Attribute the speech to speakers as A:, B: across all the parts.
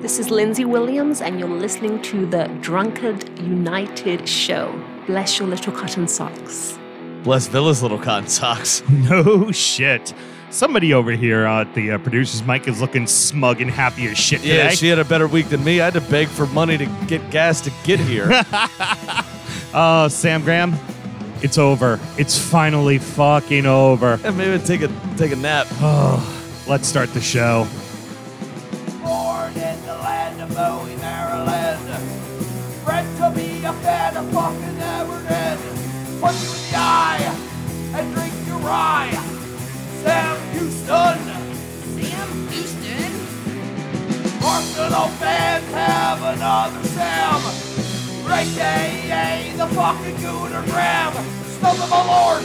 A: This is Lindsay Williams, and you're listening to the Drunkard United show. Bless your little cotton socks.
B: Bless Villa's little cotton socks.
C: No shit. Somebody over here uh, at the uh, producer's mic is looking smug and happy as shit
B: Yeah,
C: today.
B: she had a better week than me. I had to beg for money to get gas to get here.
C: Oh, Sam Graham, it's over. It's finally fucking over.
B: and maybe I'd take a take a nap.
C: Let's start the show.
D: born in the land of Bowie, Maryland. Bred to be a fan of fucking Everton. Punch you in the eye and drink your rye. Sam Houston.
E: Sam Houston.
D: Arsenal fans have another Sam. Great day, the fucking Gooner Graham. Stub of a lord.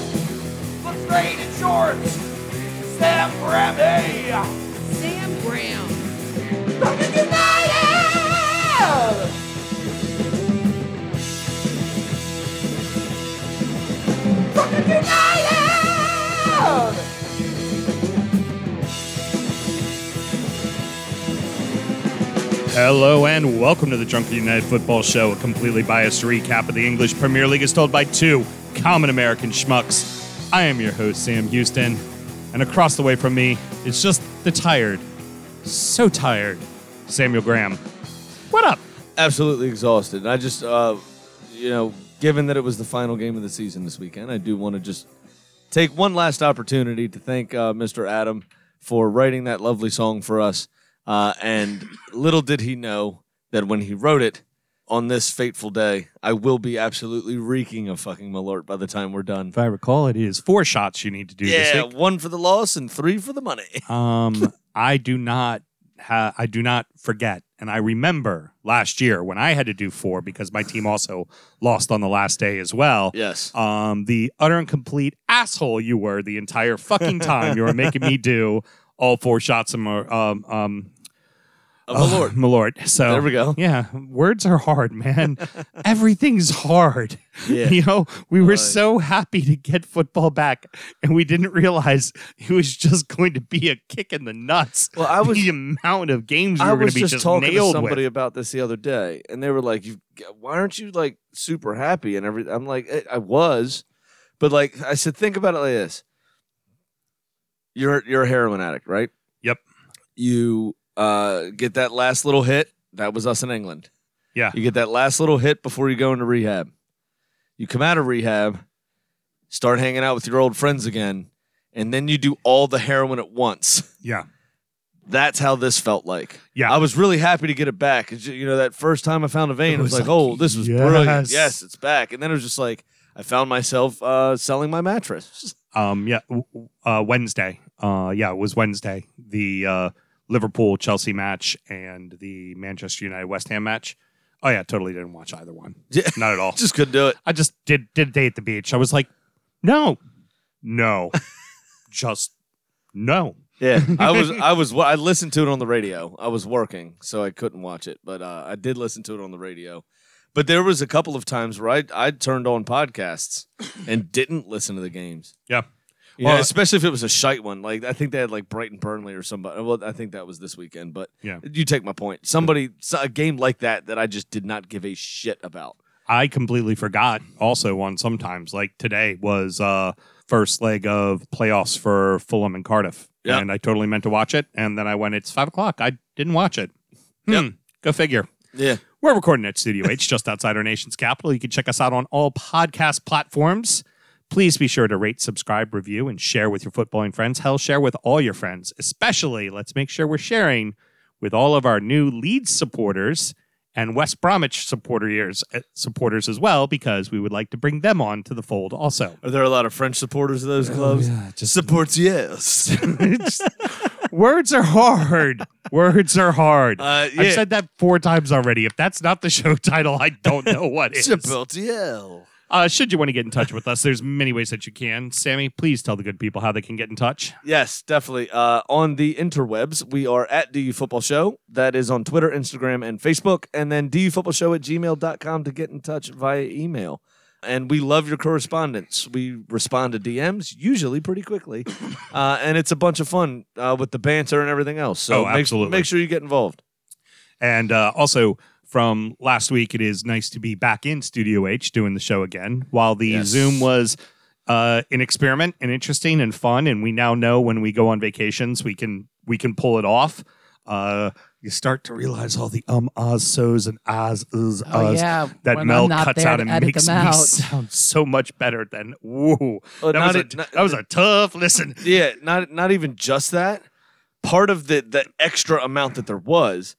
D: Looks great in shorts. Sam Grammy.
E: Sam Graham.
D: Fucking United! Fucking United!
C: Hello and welcome to the Drunken United Football Show, a completely biased recap of the English Premier League as told by two common American schmucks. I am your host, Sam Houston, and across the way from me is just the tired, so tired, Samuel Graham. What up?
B: Absolutely exhausted. And I just, uh, you know, given that it was the final game of the season this weekend, I do want to just take one last opportunity to thank uh, Mr. Adam for writing that lovely song for us. Uh, and little did he know that when he wrote it on this fateful day, I will be absolutely reeking of fucking Malort by the time we're done.
C: If I recall, it is four shots you need to do this
B: Yeah,
C: week.
B: one for the loss and three for the money.
C: Um, I do not. Ha- I do not forget, and I remember last year when I had to do four because my team also lost on the last day as well.
B: Yes.
C: Um, the utter and complete asshole you were the entire fucking time you were making me do all four shots of Mar- um um
B: Of Malort.
C: Malort. So
B: There we go.
C: Yeah, words are hard, man. Everything's hard.
B: Yeah. Uh,
C: You know, we were
B: Right.
C: so happy to get football back, and we didn't realize it was just going to be a kick in the nuts.
B: Well, I was-
C: the amount of games we
B: I
C: were going
B: was
C: to be
B: just,
C: just
B: talking to
C: nailed
B: somebody
C: with.
B: about this the other day, and they were like, "You, why aren't you like super happy?" And every, I'm like, "I- "I was," but like I said, think about it like this: you're you're a heroin addict, right?
C: Yep.
B: You uh, get that last little hit. That was us in England.
C: Yeah.
B: You get that last little hit before you go into rehab. You come out of rehab, start hanging out with your old friends again, and then you do all the heroin at once.
C: Yeah,
B: That's how this felt like.
C: Yeah.
B: I was really happy to get it back. It's ju- You know, that first time I found a vein,
C: It
B: I was
C: was
B: like,
C: like,
B: oh, this was
C: yes.
B: brilliant. Yes, it's back. And then it was just like, I found myself uh, selling my mattress.
C: um, yeah. w- w- Uh, Wednesday. Uh, yeah, it was Wednesday. The uh, Liverpool Chelsea match and the Manchester United West Ham match. Oh yeah, totally didn't watch either one.
B: Yeah.
C: Not at all.
B: Just couldn't do it.
C: I just did did a day at the beach. I was like, no, no, just no.
B: Yeah, I was, I was, I listened to it on the radio. I was working, so I couldn't watch it, but uh, I did listen to it on the radio. But there was a couple of times where I, I turned on podcasts and didn't listen to the games.
C: Yeah.
B: Yeah,
C: Well,
B: especially if it was a shite one. Like I think they had like Brighton, Burnley, or somebody. Well, I think that was this weekend. But
C: Yeah.
B: you take my point. Somebody so- a game like that that I just did not give a shit about.
C: I completely forgot also on sometimes like today was uh first leg of playoffs for Fulham and Cardiff.
B: Yeah.
C: And I totally meant to watch it. And then I went, it's five o'clock. I didn't watch it. Hmm.
B: Yeah.
C: Go figure.
B: Yeah,
C: We're recording at Studio H, just outside our nation's capital. You can check us out on all podcast platforms. Please be sure to rate, subscribe, review, and share with your footballing friends. Hell, share with all your friends. Especially, let's make sure we're sharing with all of our new Leeds supporters and West Bromwich supporters, eh, supporters as well, because we would like to bring them on to the fold also.
B: are there a lot of French supporters of those clubs?
C: Oh, just
B: Supports yes.
C: words are hard. Words are hard.
B: Uh, yeah.
C: I've said that four times already. If that's not the show title, I don't know what is.
B: Supports yes.
C: Uh, should you want to get in touch with us, there's many ways that you can. Sammy, please tell the good people how they can get in touch.
B: Yes, definitely. Uh, on the interwebs, we are at DU Football Show. That is on Twitter, Instagram, and Facebook. And then DU Football Show at gmail.com to get in touch via email. and we love your correspondence. We respond to DMs usually pretty quickly, uh, and it's a bunch of fun uh, with the banter and everything else. So
C: Oh,
B: make-
C: absolutely.
B: make sure you get involved.
C: And uh, also from last week, it is nice to be back in Studio H doing the show again. While the
B: Yes.
C: Zoom was uh, an experiment and interesting and fun, and we now know when we go on vacations, we can we can pull it off. Uh, you start to realize all the um ahs so's and ahs uhs
B: Uh,
F: Oh,
C: ahs
F: yeah,
C: that
F: when I'm
C: Mel
F: not
C: cuts
F: there
C: out
F: to
C: and
F: edit
C: makes
F: them
C: me
F: out.
C: sound so much better than whoa.
B: Oh,
C: that,
B: not
C: was a,
B: it- not-
C: that was a tough listen.
B: yeah, not not even just that. Part of the the extra amount that there was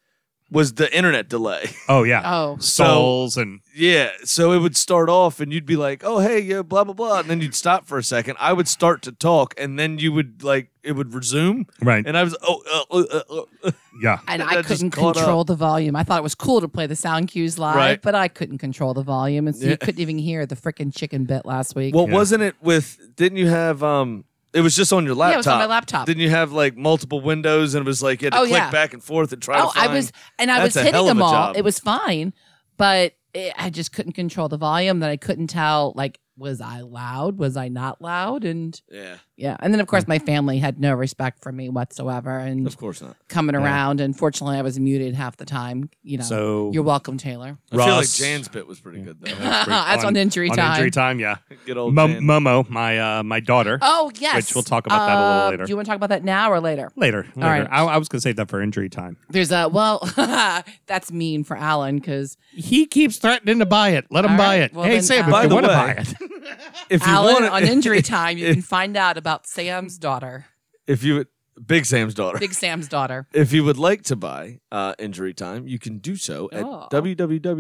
B: was the internet delay.
C: Oh yeah,
F: Oh,
C: souls and
B: yeah, so it would start off and you'd be like, "Oh, hey, yeah, blah blah blah," and then you'd stop for a second. I would start to talk, and then you would like it would resume,
C: right,
B: and I was oh uh, uh, uh, uh,
C: yeah.
F: and
B: That
F: I
B: just
F: couldn't
B: caught up.
F: control the volume. I thought it was cool to play the sound cues live,
B: Right.
F: but I couldn't control the volume, and so
B: Yeah.
F: you couldn't even hear the freaking chicken bit last week.
B: well,
C: Yeah.
B: wasn't it with? Didn't you have um? It was just on your laptop.
F: Yeah, it was on my laptop.
B: Didn't you have like multiple windows and it was like you had to
F: Oh,
B: click
F: yeah.
B: back and forth and try
F: oh,
B: to
F: I
B: find?
F: was, and I was
B: That's a hell
F: hitting
B: of
F: them
B: a
F: all.
B: job.
F: It was fine, but it, I just couldn't control the volume. That I couldn't tell, like, was I loud? Was I not loud? And
B: yeah,
F: yeah, and then of
B: Hmm.
F: course my family had no respect for me whatsoever, and
B: of course not.
F: coming
C: Yeah.
F: around. And fortunately, I was muted half the time. You know,
C: So
F: you're welcome, Taylor.
B: I feel like
C: Russ-
B: Jan's bit was pretty good though.
C: That's pretty-
F: That's on injury
C: on
F: time.
C: injury time, yeah.
B: Good old
C: Mo-
B: Jan.
C: Momo, my uh, my daughter.
F: Oh yes,
C: Which we'll talk about that a little
F: Uh,
C: later.
F: Do you want to talk about that now or later?
C: Later, later.
F: All right.
C: I, I was gonna save that for injury time.
F: There's a well, that's mean for Alan because
C: He keeps threatening to buy it. Let him
F: All
C: buy
F: right,
C: it.
F: well
C: hey,
F: then, uh,
C: Sam,
F: Alan-
C: if
B: By
C: you
B: the
C: want to
B: way,
C: buy it,
B: if you
F: Alan
B: want
F: on injury time, you can find out about Sam's daughter,
B: if you would- Big Sam's daughter.
F: Big Sam's daughter.
B: If you would like to buy uh, Injury Time, you can do so at
F: Oh.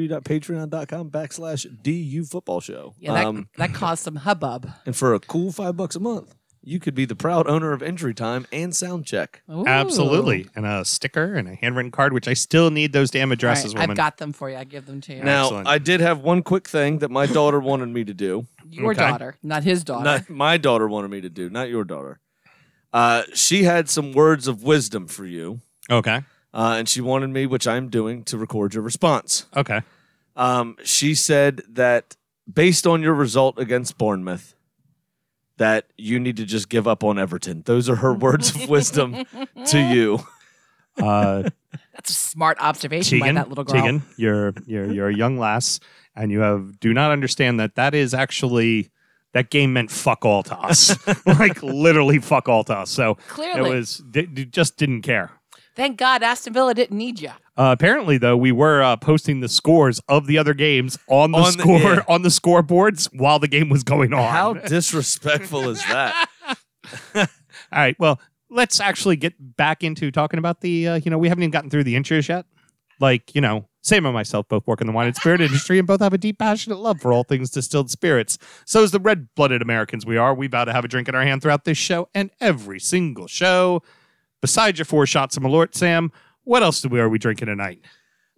B: www.patreon.com backslash DU football show.
F: Yeah, that,
B: Um,
F: that caused some hubbub.
B: and for a cool five bucks a month, you could be the proud owner of Injury Time and Soundcheck.
F: Ooh.
C: absolutely. And a sticker and a handwritten card, which I still need those damn
F: All
C: addresses,
F: right,
C: woman.
F: I've got them for you. I give them to you.
B: Now,
C: Excellent.
B: I did have one quick thing that my daughter wanted me to do.
F: Your
C: okay.
F: daughter, not his daughter.
B: Not, my daughter wanted me to do, not your daughter. Uh, she had some words of wisdom for you,
C: okay,
B: uh, and she wanted me, which I'm doing, to record your response.
C: okay.
B: Um, she said that based on your result against Bournemouth, that you need to just give up on Everton. Those are her words of wisdom to you.
C: Uh,
F: That's a smart observation by
C: Tegan,
F: that little girl.
C: Tegan, you're you're you're a young lass, and you have do not understand that that is actually that game meant fuck all to us, like literally fuck all to us. So
F: Clearly,
C: it was d- d- just didn't care.
F: thank God Aston Villa didn't need you.
C: Uh, apparently, though, we were uh, posting the scores of the other games on the
B: On the-
C: score
B: yeah.
C: on the scoreboards while the game was going on.
B: How
C: All
B: disrespectful is that?
C: right, well, let's actually get back into talking about the. Uh, you know, we haven't even gotten through the injuries yet. Like, you know, Sam and myself both work in the wine and spirit industry, and both have a deep, passionate love for all things distilled spirits. So, as the red-blooded Americans we are, we vow to have a drink in our hand throughout this show and every single show. Besides your four shots of Malort, Sam, what else do we are we drinking tonight?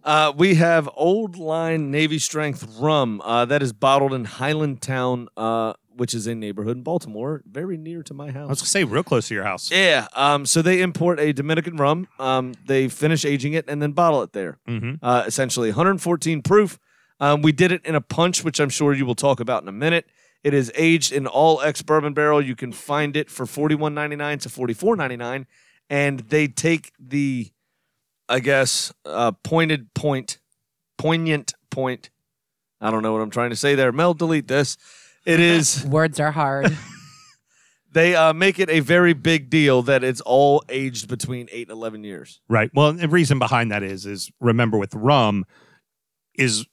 B: Uh, we have Old Line Navy Strength Rum uh, that is bottled in Highland Town, uh, which is a neighborhood in Baltimore, very near to my
C: I was
B: house.
C: gonna say real close to your house.
B: Yeah. Um, so they import a Dominican rum. Um, they finish aging it and then bottle it there.
C: Mm-hmm.
B: uh, essentially 114 proof. Um, we did it in a punch, which I'm sure you will talk about in a minute. It is aged in all ex bourbon barrel. You can find it for 41.99 to 44.99, and they take the, I guess, uh, pointed point, poignant point. I don't know what I'm trying to say there. Mel, delete this. It is
F: Words are hard.
B: they uh, make it a very big deal that it's all aged between eight and 11 years.
C: Right. Well, the reason behind that is is remember with rum is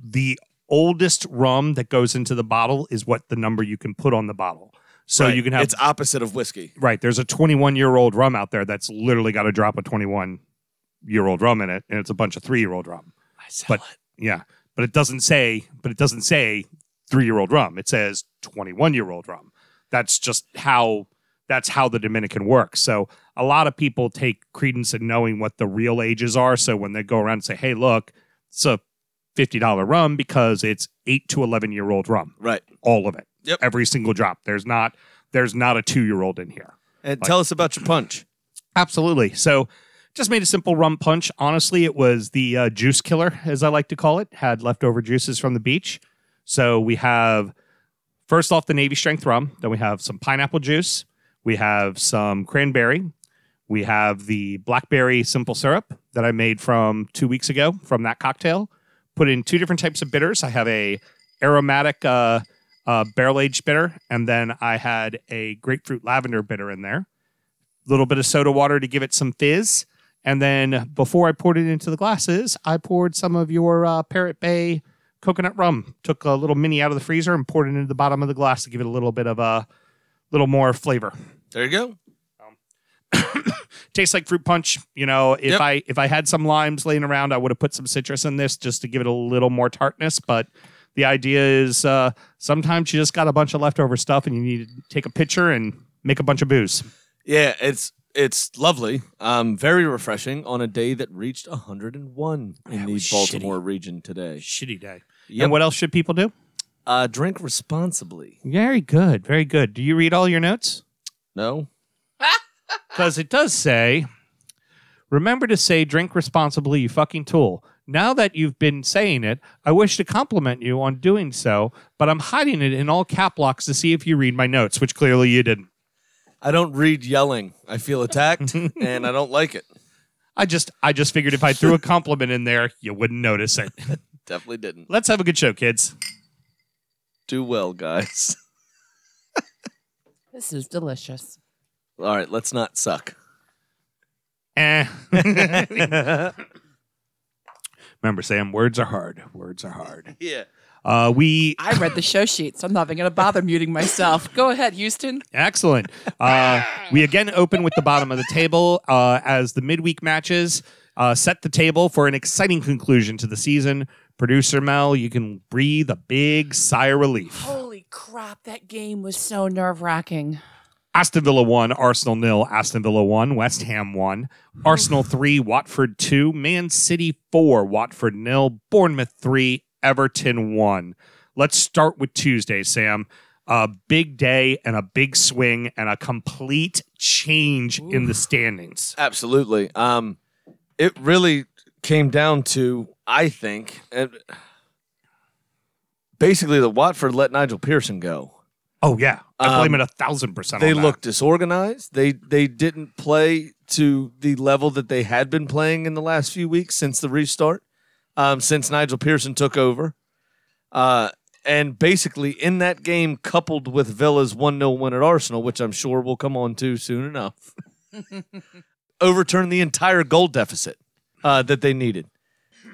C: the oldest rum that goes into the bottle is what the number you can put on the bottle. So
B: Right.
C: you can have
B: it's opposite of whiskey.
C: right. There's a 21 year old rum out there that's literally got a drop of 21 year old rum in it, and it's a bunch of three year old rum. but yeah, but it doesn't say. But it doesn't say three year old rum. It says 21 year old rum. That's just how. That's how the Dominican works. So a lot of people take credence in knowing what the real ages are. So when they go around and say, "Hey, look, it's a fifty dollar rum because it's eight to eleven year old rum,
B: Right.
C: all of it,
B: Yep.
C: every single drop. There's not there's not a two year old in here."
B: And
C: Like-
B: tell us about your punch.
C: Absolutely. So just made a simple rum punch. Honestly, it was the uh, juice killer, as I like to call it, had leftover juices from the beach. So we have first off the Navy strength rum, then we have some pineapple juice, we have some cranberry, we have the blackberry simple syrup that I made from two weeks ago from that cocktail. Put in two different types of bitters. I have a aromatic uh, uh, barrel aged bitter, and then I had a grapefruit lavender bitter in there. Little bit of soda water to give it some fizz, and then before I poured it into the glasses, I poured some of your uh, Parrot Bay coconut rum. Took a little mini out of the freezer and poured it into the bottom of the glass to give it a little bit of a little more flavor.
B: There you go.
C: tastes like fruit punch. You know, if
B: Yep.
C: I if I had some limes laying around, I would have put some citrus in this just to give it a little more tartness. But the idea is uh, sometimes you just got a bunch of leftover stuff and you need to take a picture and make a bunch of booze.
B: Yeah, it's it's lovely. Um, very refreshing on a day that reached 101 in the
C: was
B: Baltimore region today.
C: Shitty day.
B: Yep.
C: And what else should people do?
B: Uh, drink responsibly.
C: Very good, very good. Do you read all your notes?
B: No,
C: Because it does say, remember to say drink responsibly, you fucking tool. Now that you've been saying it, I wish to compliment you on doing so, but I'm hiding it in all cap locks to see if you read my notes, which clearly you didn't.
B: I don't read yelling. I feel attacked, and I don't like it.
C: I just I just figured if I threw a compliment in there, you wouldn't notice it.
B: Definitely didn't
C: Let's have a good show, kids.
B: do well, guys.
F: This is delicious.
B: All right, let's not suck.
C: Eh. Remember, Sam, words are hard. Words are hard.
B: Yeah.
C: Uh, we
F: I read the show sheet, so I'm not even going to bother muting myself. Go ahead, Houston.
C: Excellent. Uh, we again open with the bottom of the table uh, as the midweek matches uh, set the table for an exciting conclusion to the season. Producer Mel, you can breathe a big sigh of relief.
F: Holy crap, that game was so nerve wracking.
C: Aston Villa 1, Arsenal nil. Aston Villa 1, West Ham 1, Arsenal 3, Watford 2, Man City 4, Watford nil. Bournemouth 3, Everton 1. Let's start with Tuesday, Sam. A big day and a big swing and a complete change in the standings.
B: Absolutely. Um, it really came down to, I think, and basically the Watford let Nigel Pearson go.
C: Oh, yeah. I blame
B: Um,
C: it a thousand percent
B: They
C: on that.
B: looked disorganized. They they didn't play to the level that they had been playing in the last few weeks since the restart, um, since Nigel Pearson took over. Uh, and basically, in that game, coupled with Villa's 1 0 win at Arsenal, which I'm sure we'll come on to soon enough, overturned the entire goal deficit uh, that they needed,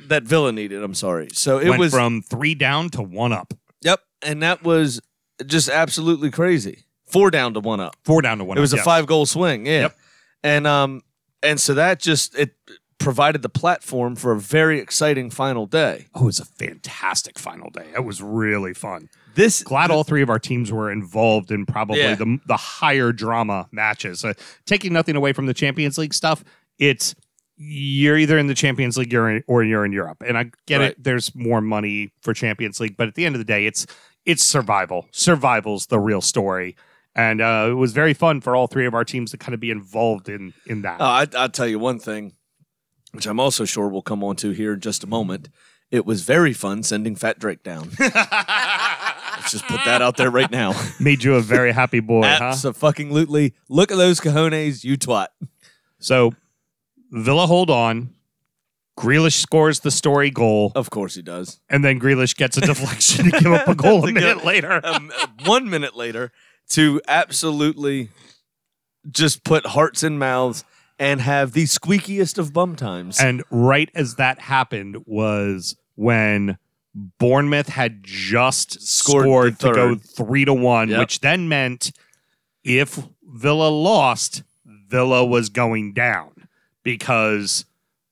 B: that Villa needed. I'm sorry. So it
C: Went
B: was.
C: from three down to one up.
B: yep. And that was just absolutely crazy. Four down to one up.
C: Four down to one
B: It
C: up,
B: was a
C: yes.
B: five goal swing, yeah.
C: Yep.
B: And um and so that just it provided the platform for a very exciting final day.
C: Oh, it was a fantastic final day. It was really fun.
B: This
C: glad all three of our teams were involved in probably
B: Yeah.
C: the, the higher drama matches. Uh, taking nothing away from the Champions League stuff, it's you're either in the Champions League or, or you're in Europe. And I get
B: Right.
C: it. There's more money for Champions League, but at the end of the day, it's it's survival. Survival's the real story. And uh, it was very fun for all three of our teams to kind of be involved in in that.
B: Oh, I I'll tell you one thing, which I'm also sure we'll come on to here in just a moment. It was very fun sending Fat Drake down. Let's just put that out there right now.
C: Made you a very happy boy, huh?
B: Absolutely. Look at those cojones, you twat.
C: So Villa hold on. Grealish scores the story goal.
B: Of course he does.
C: and then Grealish gets a deflection to give up a goal a minute later.
B: um, one minute later to absolutely just put hearts in mouths and have the squeakiest of bum times.
C: And right as that happened was when Bournemouth had just
B: Scored
C: scored,
B: the
C: to go
B: third.
C: three to one,
B: Yep.
C: which then meant if Villa lost, Villa was going down because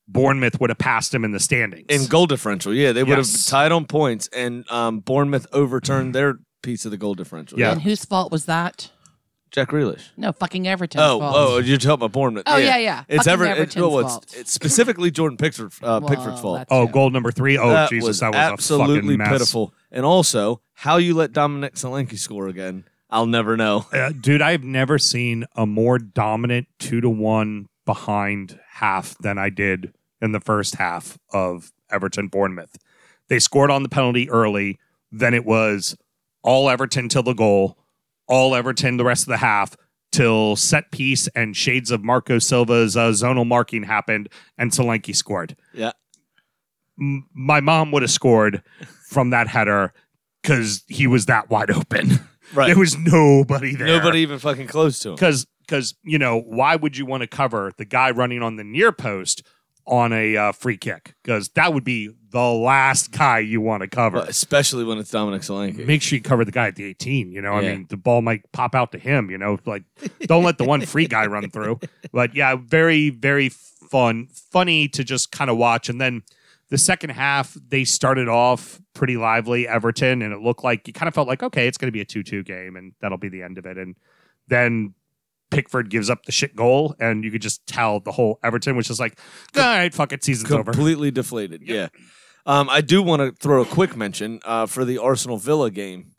C: Bournemouth would have passed him in the standings.
B: in goal differential, yeah, they would have
C: Yes.
B: tied on points, and um, Bournemouth overturned their piece of the goal differential.
C: Yeah.
F: And whose fault was that?
B: Jack Grealish.
F: No, fucking Everton's
B: Oh,
F: fault.
B: oh, you're talking about Bournemouth.
F: Oh, yeah, yeah.
B: It's
F: Fucking
B: ever it's,
F: Everton's
B: well, it's-
F: fault.
B: it's specifically Jordan Pickford, uh,
F: Well,
B: Pickford's fault.
F: that's-
C: oh, goal number three. Oh,
B: that
C: Jesus,
B: was
C: that was a
B: absolutely
C: fucking mess.
B: pitiful. And also, how you let Dominic Solanke score again, I'll never know.
C: Uh, dude, I've never seen a more dominant two to one behind half than I did in the first half of Everton Bournemouth. They scored on the penalty early. Then it was all Everton till the goal, all Everton the rest of the half till set piece and shades of Marco Silva's uh, zonal marking happened and Solanke scored.
B: Yeah.
C: M- my mom would have scored from that header because he was that wide open.
B: Right.
C: There was nobody there.
B: Nobody even fucking close to him.
C: Because because you know why would you want to cover the guy running on the near post on a uh, free kick? Because that would be the last guy you want to cover.
B: Well, especially when it's Dominic Solanke.
C: Make sure you cover the guy at the 18. You know, I
B: Yeah.
C: mean, the ball might pop out to him. You know, like don't let the one free guy run through. But yeah, very very fun, funny to just kind of watch. And then the second half, they started off pretty lively, Everton, and it looked like you kind of felt like okay, it's going to be a two-two game, and that'll be the end of it. And then Pickford gives up the shit goal, and you could just tell the whole Everton was just like, all right, fuck it, season's over.
B: completely deflated. Yeah. Um, I do want to throw a quick mention uh, for the Arsenal Villa game.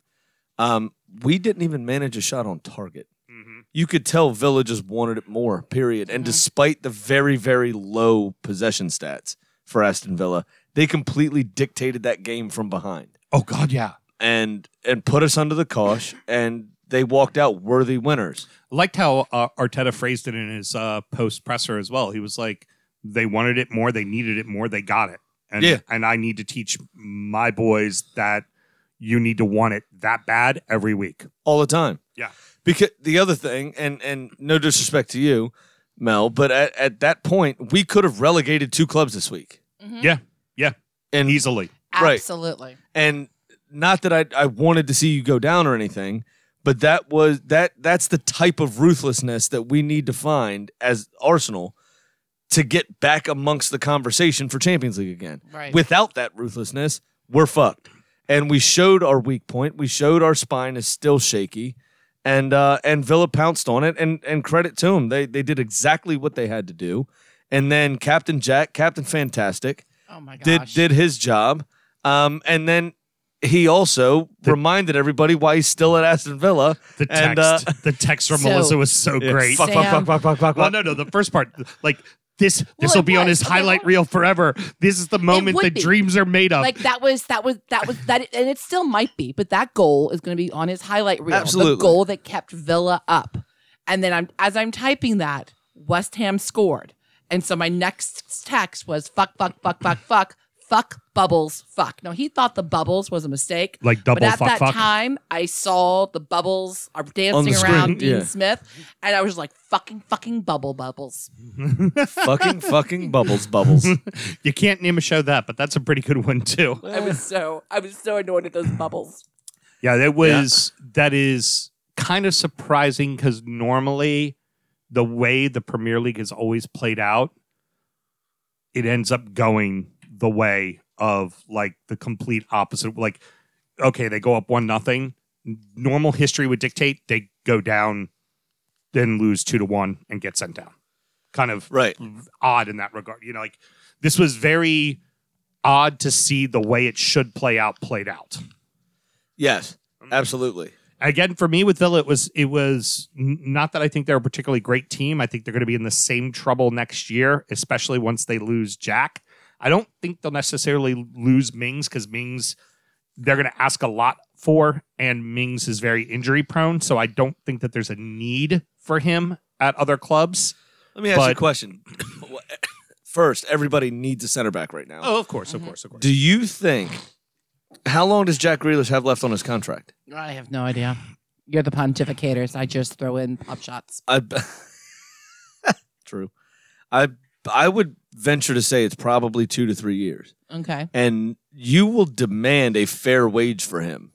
B: Um, we didn't even manage a shot on target.
C: Mhm.
B: You could tell Villa just wanted it more, period. And
F: Mhm.
B: despite the very, very low possession stats for Aston Villa, they completely dictated that game from behind
C: Oh god, yeah.
B: and and put us under the cosh and they walked out worthy winners.
C: liked how uh, Arteta phrased it in his uh, post presser as well. He was like, "They wanted it more, they needed it more, they got it." And
B: Yeah.
C: and I need to teach my boys that you need to want it that bad every week.
B: all the time.
C: Yeah.
B: Because the other thing, and and no disrespect to you, Mel, but at, at that point we could have relegated two clubs this week,
C: Yeah, yeah,
B: and
C: easily.
B: Right.
F: Absolutely.
B: and not that I I wanted to see you go down or anything, but that was that that's the type of ruthlessness that we need to find as Arsenal to get back amongst the conversation for Champions League again.
F: Right.
B: Without that ruthlessness, we're fucked. And we showed our weak point. We showed our spine is still shaky, and uh, and Villa pounced on it. And and credit to them, they they did exactly what they had to do. And then Captain Jack, Captain Fantastic,
F: oh my gosh.
B: did did his job. Um, and then he also reminded everybody why he's still at Aston Villa.
C: The text,
B: And, uh,
C: the text from
F: So-
C: Melissa was so
B: Yeah,
C: great.
B: Fuck, fuck, fuck, fuck, fuck, fuck,
C: Well,
B: fuck.
C: no, no, the first part, like. This this will
F: it
C: be on
F: was.
C: his
F: It
C: highlight
F: was.
C: reel forever. This is the moment
F: would
C: that
F: be.
C: dreams are made of.
B: Um,
F: like that was that was that was that and it still might be but that goal is going to be on his highlight reel
B: Absolutely.
F: the goal that kept villa up and then i'm as i'm typing that west ham scored and so my next text was fuck fuck fuck fuck fuck fuck bubbles fuck now he thought the bubbles was a mistake
C: Like double
F: but at
C: fuck,
F: that
C: fuck.
F: time i saw the bubbles are
B: On the
F: dancing
B: screen,
F: around dean
B: yeah.
F: smith and i was like fucking fucking bubble bubbles
B: fucking fucking bubbles, bubbles.
C: you can't name a show that, but that's a pretty good one too.
F: i was so i was so annoyed at those bubbles
C: Yeah, that was that is kind of surprising because normally the way the Premier League has always played out, it ends up going the way of like the complete opposite. Like, okay, they go up one nothing. Normal history would dictate they go down, then lose two to one and get sent down. Kind of
B: Right.
C: odd in that regard. You know, like this was very odd to see the way it should play out played out
B: Yes. Absolutely.
C: again for me with Villa it was it was n- not that I think they're a particularly great team. I think they're going to be in the same trouble next year, especially once they lose Jack. I don't think they'll necessarily lose Mings because Mings they're going to ask a lot for, and Mings is very injury prone, so I don't think that there's a need for him at other clubs.
B: Let me ask you a
C: But-
B: question. First, everybody needs a center back right now.
C: Oh, of course, of course, of course.
B: Do you think? How long does Jack Grealish have left on his contract?
F: I have no idea. You're the pontificators. I just throw in pop shots.
B: I b- true. I I would venture to say it's probably two to three years,
F: Okay.
B: and you will demand a fair wage for him,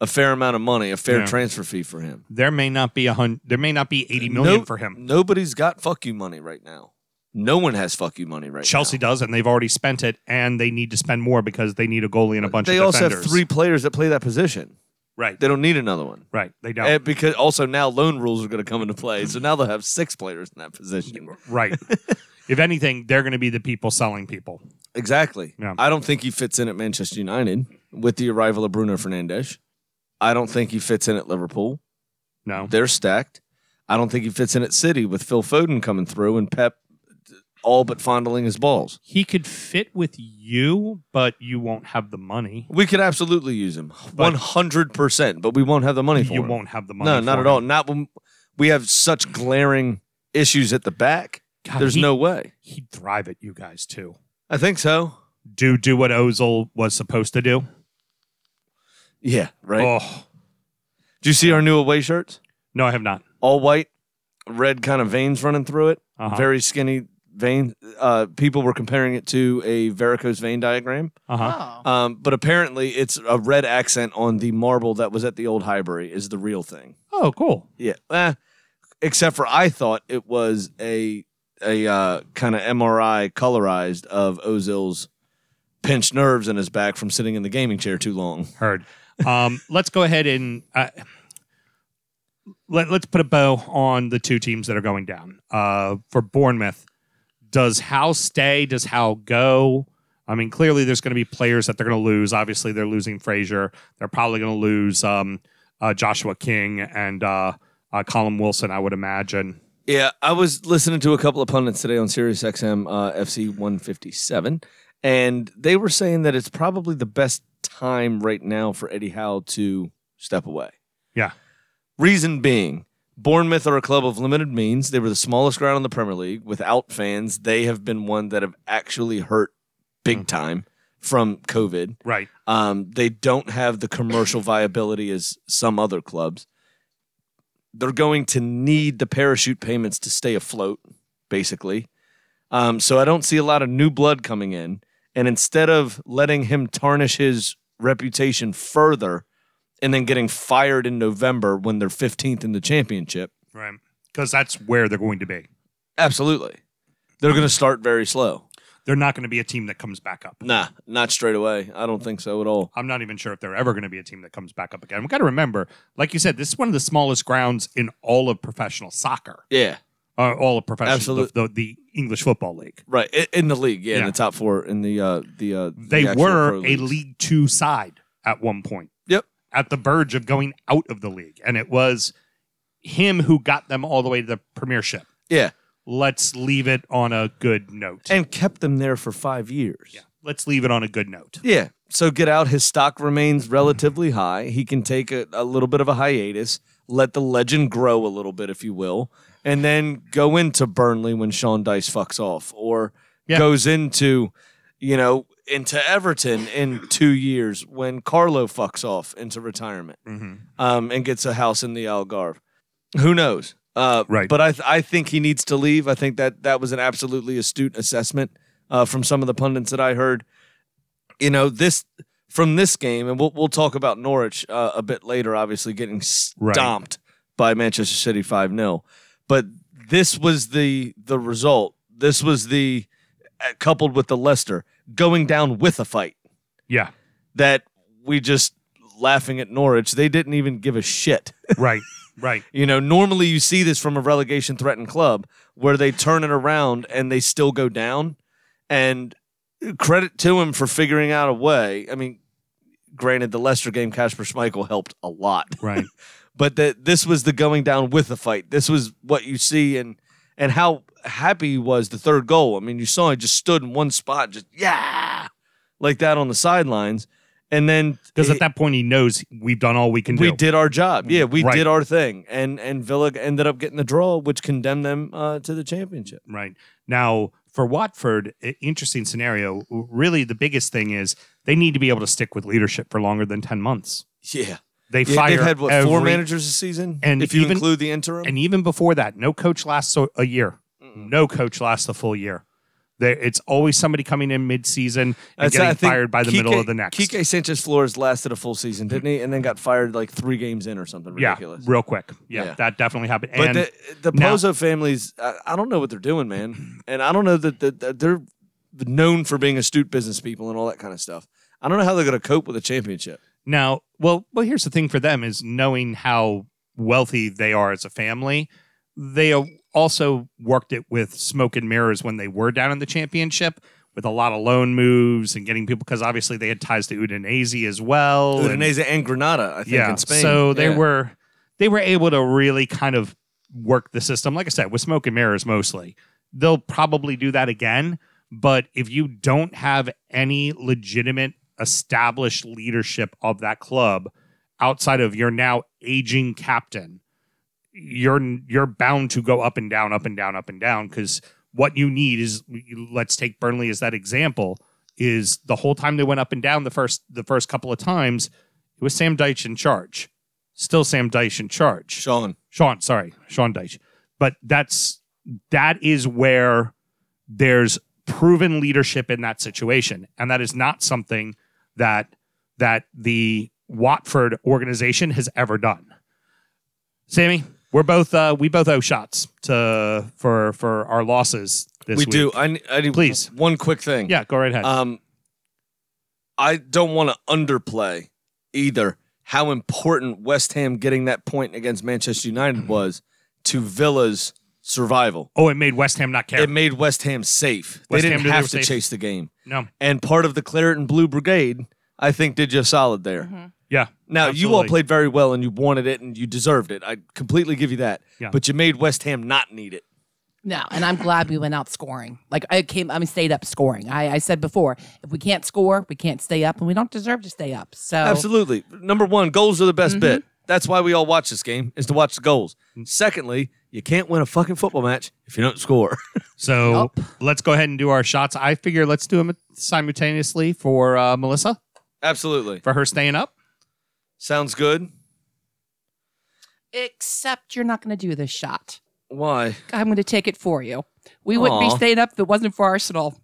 B: a fair amount of money, a fair
C: Yeah.
B: transfer fee for him.
C: There may not be a hun- There may not be eighty million
B: No-
C: for him.
B: Nobody's got fuck you money right now. No one has fuck you money right
C: Chelsea
B: now.
C: does, and they've already spent it, and they need to spend more because they need a goalie and a bunch
B: They
C: of
B: also
C: defenders.
B: have three players that play that position.
C: right.
B: They don't need another one.
C: Right. They don't.
B: And because also now loan rules are going to come into play, so now they'll have six players in that position.
C: right. if anything, they're going to be the people selling people.
B: Exactly.
C: Yeah.
B: I don't think he fits in at Manchester United with the arrival of Bruno Fernandes. I don't think he fits in at Liverpool.
C: No.
B: They're stacked. I don't think he fits in at City with Phil Foden coming through and Pep all but fondling his balls.
C: He could fit with you, but you won't have the money.
B: We could absolutely use him,
C: But-
B: one hundred percent. But we won't have the money for
C: You
B: him.
C: won't have the money.
B: No, not
C: for
B: at all.
C: him.
B: Not when we have such glaring issues at the back.
C: God,
B: There's
C: he-
B: no way.
C: He'd thrive at you guys too.
B: I think so.
C: Do do what Ozil was supposed to do.
B: Yeah. Right.
C: Oh
B: Do you see our new away shirts?
C: no, I have not.
B: All white, red kind of veins running through it.
C: Uh-huh.
B: Very skinny vein. Uh, people were comparing it to a varicose vein diagram.
C: Uh-huh.
F: Oh.
B: Um, but apparently, it's a red accent on the marble that was at the old Highbury is the real thing.
C: Oh, cool.
B: Yeah. Eh, except for I thought it was a a uh, kind of MRI colorized of Ozil's pinched nerves in his back from sitting in the gaming chair too long.
C: Heard. Um, let's go ahead and uh, let, let's put a bow on the two teams that are going down. Uh, for Bournemouth, does Howe stay? Does Howe go? I mean, clearly there's going to be players that they're going to lose. Obviously, they're losing Frazier. They're probably going to lose um, uh, Joshua King and uh, uh, Colin Wilson, I would imagine.
B: Yeah, I was listening to a couple of pundits today on Sirius XM uh, FC 157, and they were saying that it's probably the best time right now for Eddie Howe to step away.
C: Yeah.
B: Reason being, Bournemouth are a club of limited means. They were the smallest ground in the Premier League without fans. They have been one that have actually hurt big time from COVID.
C: Right.
B: Um, they don't have the commercial viability as some other clubs. They're going to need the parachute payments to stay afloat, basically. Um, so I don't see a lot of new blood coming in. And instead of letting him tarnish his reputation further and then getting fired in November when they're 15th in the championship,
C: Right. Because that's where they're going to be.
B: absolutely. They're going to start very slow.
C: They're not going to be a team that comes back up.
B: Nah, not straight away. I don't think so at all.
C: I'm not even sure if they're ever going to be a team that comes back up again. We got to remember, like you said, this is one of the smallest grounds in all of professional soccer,
B: Yeah.
C: uh, all of professional
B: Absolute-
C: the, the, the English Football League.
B: Right i- in the league, yeah, in
C: Yeah.
B: the top four in the uh, the uh, the
C: They
B: actual
C: were
B: pro
C: a
B: leagues.
C: League Two side at one point.
B: Yep.
C: at the verge of going out of the league, and it was him who got them all the way to the Premiership.
B: yeah,
C: Let's leave it on a good note.
B: and kept them there for five years.
C: yeah, let's leave it on a good note.
B: yeah. So get out. His stock remains relatively high. He can take a, a little bit of a hiatus, let the legend grow a little bit, if you will, and then go into Burnley when Sean Dice fucks off, or
C: Yeah.
B: goes into, you know, into Everton in two years when Carlo fucks off into retirement.
C: Mhm.
B: um, and gets a house in the Algarve. Who knows? Uh,
C: Right.
B: But I, th- I think he needs to leave. I think that that was an absolutely astute assessment uh, from some of the pundits that I heard. You know, this from this game, and we'll, we'll talk about Norwich uh, a bit later, obviously getting
C: Right.
B: stomped by Manchester City 5 0. But this was the the result. This was the uh, coupled with the Leicester going down with a fight
C: Yeah,
B: that we just laughing at Norwich. They didn't even give a shit.
C: right, right.
B: You know, normally you see this from a relegation threatened club where they turn it around and they still go down. And credit to him for figuring out a way. I mean, granted, the Leicester game, Kasper Schmeichel helped a lot,
C: Right.
B: but that this was the going down with the fight. This was what you see and and how happy he was the third goal. I mean, you saw he just stood in one spot, just yeah, like that on the sidelines, and then
C: Because
B: he-
C: at that point, he knows we've done all we can do. Mm-hmm.
B: we did our job. Yeah, we
C: Right.
B: did our thing, and and Villa ended up getting the draw, which condemned them uh, to the championship.
C: Right. Now, for Watford, i- interesting scenario. Really, the biggest thing is they need to be able to stick with leadership for longer than 10 months.
B: Yeah,
C: They
B: yeah
C: fire
B: they've had what four
C: every-
B: managers this season,
C: and
B: if you
C: even-
B: include the interim.
C: And even before that, no coach lasts a- a year. No coach lasts a full year. There, it's always somebody coming in mid-season and
B: That's- I
C: getting
B: think
C: fired by the middle
B: Kike-
C: of the next.
B: Kike Sanchez Flores lasted a full season, didn't he? And then got fired like three games in or something
C: yeah,
B: ridiculous.
C: real quick. Yeah,
B: Yeah.
C: that definitely happened.
B: But
C: and
B: the, the
C: now-
B: Pozo families, I, I don't know what they're doing, man. And I don't know that, that, that they're known for being astute business people and all that kind of stuff. I don't know how they're going to cope with a championship.
C: Now, well, well, here's the thing for them is knowing how wealthy they are as a family. They uh, also worked it with smoke and mirrors when they were down in the championship with a lot of loan moves and getting people because obviously they had ties to Udinese as well. and-
B: Udinese and Granada, I think,
C: yeah.
B: in Spain.
C: So they
B: Yeah.
C: were they were able to really kind of work the system. Like I said, with smoke and mirrors mostly. they'll probably do that again. But if you don't have any legitimate established leadership of that club outside of your now aging captain, you're you're bound to go up and down, up and down, up and down because what you need is let's take Burnley as that example is the whole time they went up and down the first the first couple of times it was Sam Deitch in charge, still Sam Deitch in charge.
B: Sean.
C: Sean, sorry, Sean Deitch. But that's that is where there's proven leadership in that situation, and that is not something that that the Watford organization has ever done. Sammy, we're both uh, we both owe shots to for for our losses this
B: we
C: week.
B: do. I, ne- I need
C: Please.
B: one quick thing.
C: Yeah, go right ahead.
B: Um, I don't want to underplay either how important West Ham getting that point against Manchester
C: Mm-hmm.
B: United was to Villa's survival.
C: oh, it made West Ham not care.
B: It made West Ham safe.
C: West
B: they
C: Ham
B: didn't
C: knew they
B: have
C: were
B: to
C: safe.
B: chase the game.
C: no,
B: And part of the Claret and Blue Brigade, I think, did you a solid there.
C: yeah.
B: Now, you all
C: absolutely.
B: played very well and you wanted it and you deserved it. I completely give you that.
C: Yeah.
B: But you made West Ham not need it.
F: No, and I'm glad we went out scoring. Like I came, I mean, stayed up scoring. I, I said before, if we can't score, we can't stay up, and we don't deserve to stay up. So Mm-hmm.
B: Absolutely. Number one, goals are the best bit. That's why we all watch this game is to watch the goals.
C: Mm.
B: Secondly, you can't win a fucking football match if you don't score.
C: So
F: Nope.
C: let's go ahead and do our shots. I figure let's do them simultaneously for uh, Melissa
B: Absolutely.
C: for her staying up.
B: Sounds good.
F: except you're not going to do this shot.
B: Why?
F: I'm going to take it for you. We wouldn't
B: Aw.
F: be staying up if it wasn't for Arsenal.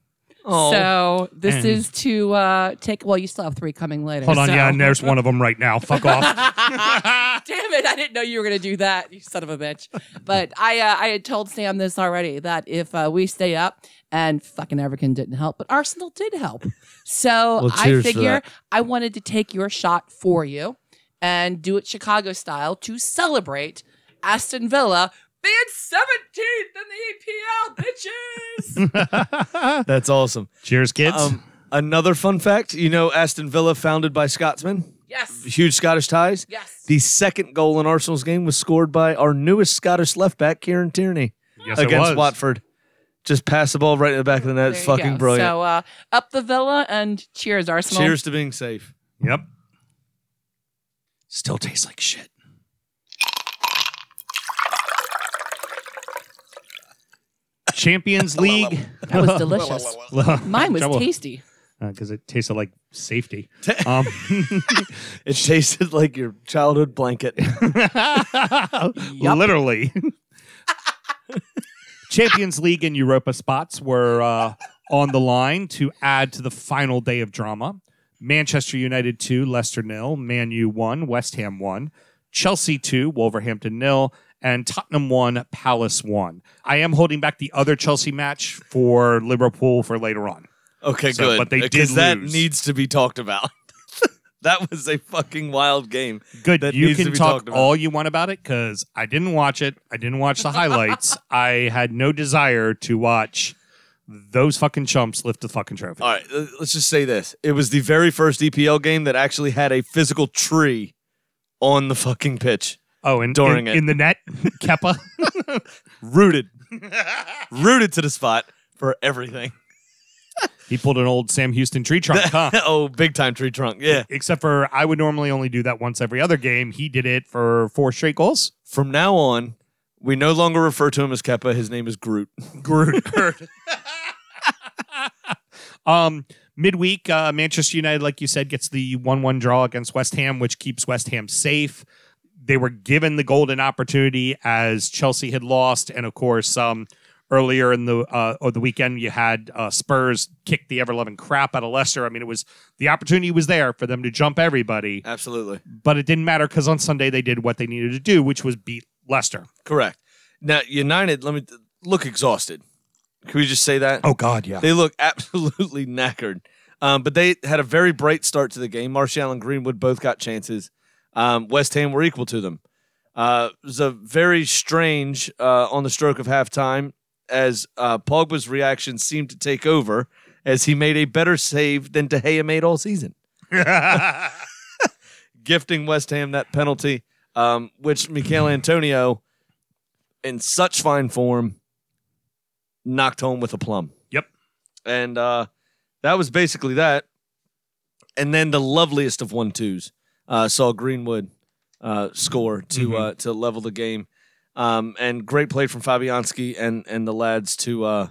B: Oh,
F: So this
C: And-
F: is to uh, take. Well, you still have three coming later.
C: Hold on,
F: so-
C: yeah, and there's one of them right now. Fuck off.
F: Damn it! I didn't know you were going to do that, you son of a bitch. But I, uh, I had told Sam this already that if uh, we stay up, and fucking Everton didn't help, but Arsenal did help. So
B: Well,
F: I
B: cheers for
F: figure
B: that.
F: I wanted to take your shot for you and do it Chicago style to celebrate Aston Villa being 17th in the EPL, E bitches.
B: Oh, that's awesome.
C: Cheers, kids.
B: Um, another fun fact you know, Aston Villa, founded by Scotsmen,
F: yes,
B: huge Scottish ties.
F: yes.
B: The second goal in Arsenal's game was scored by our newest Scottish left back, Kieran Tierney,
C: yes,
B: against
C: it was.
B: Watford. Just pass the ball right in the back of the net. It's
F: There you
B: fucking
F: go.
B: brilliant.
F: So uh, up the Villa and cheers, Arsenal.
B: Cheers to being safe.
C: Yep. Still tastes like shit. Champions League.
F: That was delicious. Mine was tasty.
C: because Uh, it tasted like safety. Um,
B: It tasted like your childhood blanket.
C: Literally. Champions League and Europa spots were uh, on the line to add to the final day of drama. Manchester United 2, Leicester nil, Man U 1, West Ham 1, Chelsea 2, Wolverhampton nil, and Tottenham 1, Palace 1. I am holding back the other Chelsea match for Liverpool for later on.
B: Okay,
C: So,
B: good.
C: but they did
B: Because that
C: lose.
B: needs to be talked about. that was a fucking wild game.
C: Good.
B: That
C: you
B: needs to
C: can
B: be
C: talk
B: talked about.
C: all you want about it because I didn't watch it. I didn't watch the highlights. I had no desire to watch those fucking chumps lift the fucking trophy.
B: All right, l- let's just say this: it was the very first EPL game that actually had a physical tree on the fucking pitch,
C: oh, and
B: during
C: in,
B: it.
C: in the net, Keppa.
B: rooted, rooted to the spot for everything.
C: he pulled an old Sam Houston tree trunk, huh?
B: oh, big time tree trunk. Yeah.
C: Except for I would normally only do that once every other game. He did it for four straight goals.
B: From now on, we no longer refer to him as Keppa. His name is Groot.
C: Groot. um, midweek, uh, Manchester United, like you said, gets the 1 1 draw against West Ham, which keeps West Ham safe. They were given the golden opportunity as Chelsea had lost. And of course, um, earlier in the uh, or the weekend, you had uh, Spurs kick the ever loving crap out of Leicester. I mean, it was the opportunity was there for them to jump everybody,
B: Absolutely
C: but it didn't matter because on Sunday they did what they needed to do, which was beat Leicester.
B: correct. Now United, let me look exhausted. Can we just say that?
C: Oh, God, yeah.
B: They look absolutely knackered. Um, but they had a very bright start to the game. Martial and Greenwood both got chances. Um, West Ham were equal to them. Uh, it was a very strange uh, on the stroke of halftime as uh, Pogba's reaction seemed to take over as he made a better save than De Gea made all season, gifting West Ham that penalty, um, which Michael Antonio, in such fine form, knocked home with a plum.
C: Yep.
B: And uh, that was basically that. And then the loveliest of one twos uh, saw Greenwood uh, score to uh, to level the game. Um, and great play from Fabianski and and the lads to uh,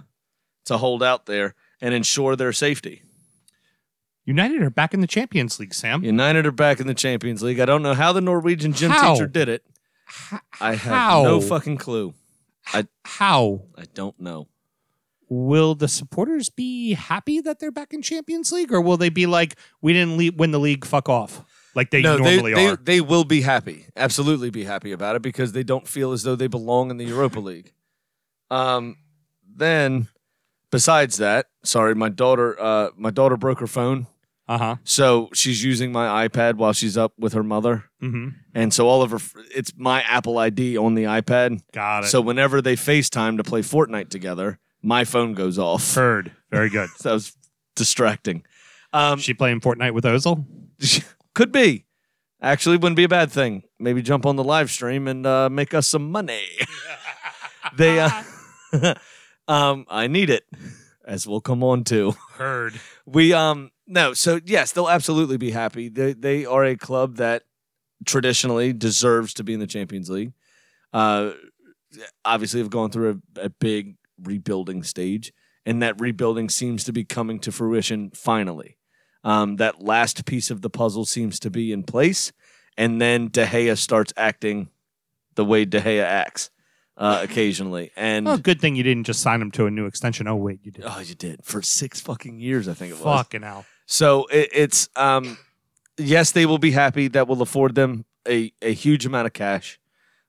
B: to hold out there and ensure their safety.
C: United are back in the Champions League, Sam.
B: United are back in the Champions League. I don't know how the Norwegian gym
C: How?
B: teacher did it. I have
C: how?
B: no fucking clue.
C: How
B: I don't know.
C: will the supporters be happy that they're back in Champions League, or will they be like, "We didn't le- win the league, fuck off," like they normally
B: they,
C: are?
B: They will be happy, absolutely be happy about it because they don't feel as though they belong in the Europa League. Um, then, besides that, sorry, my daughter, uh, my daughter broke her phone,
C: Uh huh.
B: so she's using my iPad while she's up with her mother,
C: Mm-hmm.
B: and so all of her, fr- it's my Apple ID on the iPad.
C: Got it.
B: So whenever they FaceTime to play Fortnite together, my phone goes off.
C: heard. Very good.
B: that was distracting. Um,
C: she playing Fortnite with Ozil?
B: Could be. Actually, wouldn't be a bad thing. Maybe jump on the live stream and uh, make us some money. they, uh, um, I need it, as we'll come on to.
C: Heard.
B: We, um, no, so yes, they'll absolutely be happy. They, they are a club that traditionally deserves to be in the Champions League. Uh, obviously, have gone through a, a big rebuilding stage, and that rebuilding seems to be coming to fruition finally. Um, that last piece of the puzzle seems to be in place, and then De Gea starts acting the way De Gea acts uh, occasionally. And
C: Oh,
B: oh,
C: good thing you didn't just sign him to a new extension. Oh wait, you did.
B: you did for six fucking years, I think it was.
C: Fucking hell.
B: So it, it's um, yes, they will be happy. That will afford them a, a huge amount of cash,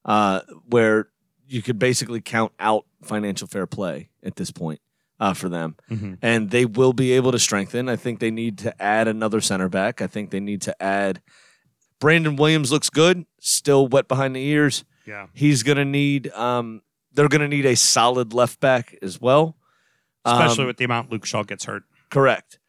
B: uh, where you could basically count out financial fair play at this point uh, for them,
C: Mhm.
B: and they will be able to strengthen. I think they need to add another center back. I think they need to add. Brandon Williams looks good, still wet behind the ears.
C: Yeah.
B: He's gonna need. Um, they're gonna need a solid left back as well,
C: Especially
B: Um,
C: with the amount Luke Shaw gets hurt.
B: Correct.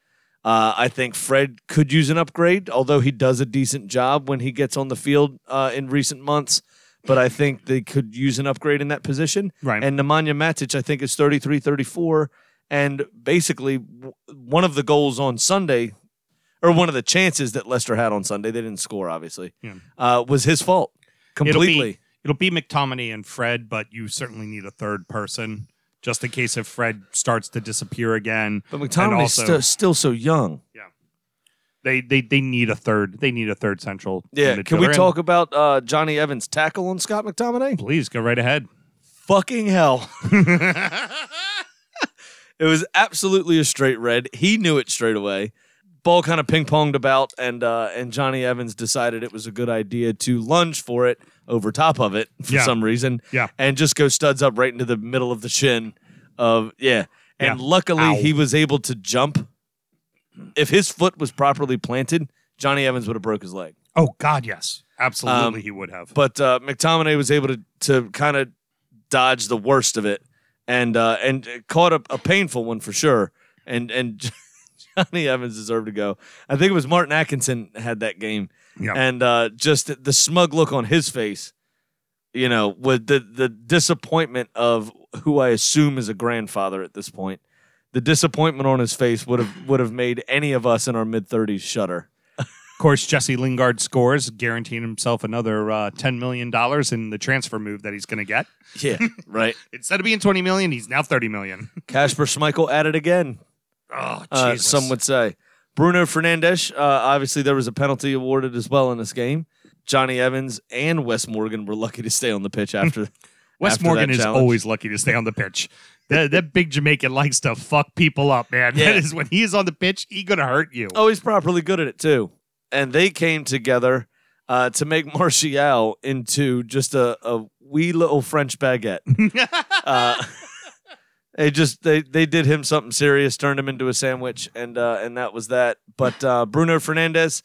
B: Uh, I think Fred could use an upgrade, although he does a decent job when he gets on the field uh, in recent months. But I think they could use an upgrade in that position.
C: Right.
B: And Nemanja Matic, I think, is 33 34. And basically, w- one of the goals on Sunday, or one of the chances that Leicester had on Sunday, they didn't score, obviously,
C: Yeah.
B: uh, was his fault completely.
C: It'll be, it'll be McTominay and Fred, but you certainly need a third person just in case if Fred starts to disappear again.
B: but
C: And
B: McTominay's sti-
C: also-
B: still so young.
C: They they they need a third. They need a third central.
B: Yeah.
C: midfielder.
B: Can we
C: And
B: talk about uh, Johnny Evans' tackle on Scott McTominay?
C: Please go right ahead.
B: fucking hell. it was absolutely a straight red. He knew it straight away. Ball kind of ping ponged about, and uh, and Johnny Evans decided it was a good idea to lunge for it over top of it for
C: Yeah.
B: some reason,
C: Yeah.
B: and just go studs up right into the middle of the shin of yeah. And
C: Yeah.
B: luckily,
C: Ow.
B: he was able to jump. If his foot was properly planted, Johnny Evans would have broke his leg.
C: Oh God, yes, absolutely,
B: Um,
C: he would have.
B: But uh, McTominay was able to to kind of dodge the worst of it, and uh, and caught a, a painful one for sure. And and Johnny Evans deserved to go. I think it was Martin Atkinson had that game,
C: Yeah.
B: and uh, just the smug look on his face, you know, with the the disappointment of who I assume is a grandfather at this point. The disappointment on his face would have would have made any of us in our mid thirties shudder.
C: Of course, Jesse Lingard scores, guaranteeing himself another uh, ten million dollars in the transfer move that he's going to get.
B: Yeah, right.
C: Instead of being twenty million, he's now thirty million.
B: Casper Schmeichel at it again.
C: Oh,
B: uh,
C: Jesus.
B: some would say. Bruno Fernandes, uh, obviously, there was a penalty awarded as well in this game. Johnny Evans and Wes Morgan were lucky to stay on the pitch after.
C: Wes
B: after
C: Morgan
B: that
C: is
B: challenge.
C: always lucky to stay on the pitch. That, that big Jamaican likes to fuck people up, man.
B: Yeah.
C: That is when he is on the pitch, he gonna hurt you.
B: Oh, he's properly good at it too. And they came together uh, to make Martial into just a, a wee little French baguette. uh, they just they they did him something serious, turned him into a sandwich, and uh, and that was that. But uh, Bruno Fernandez,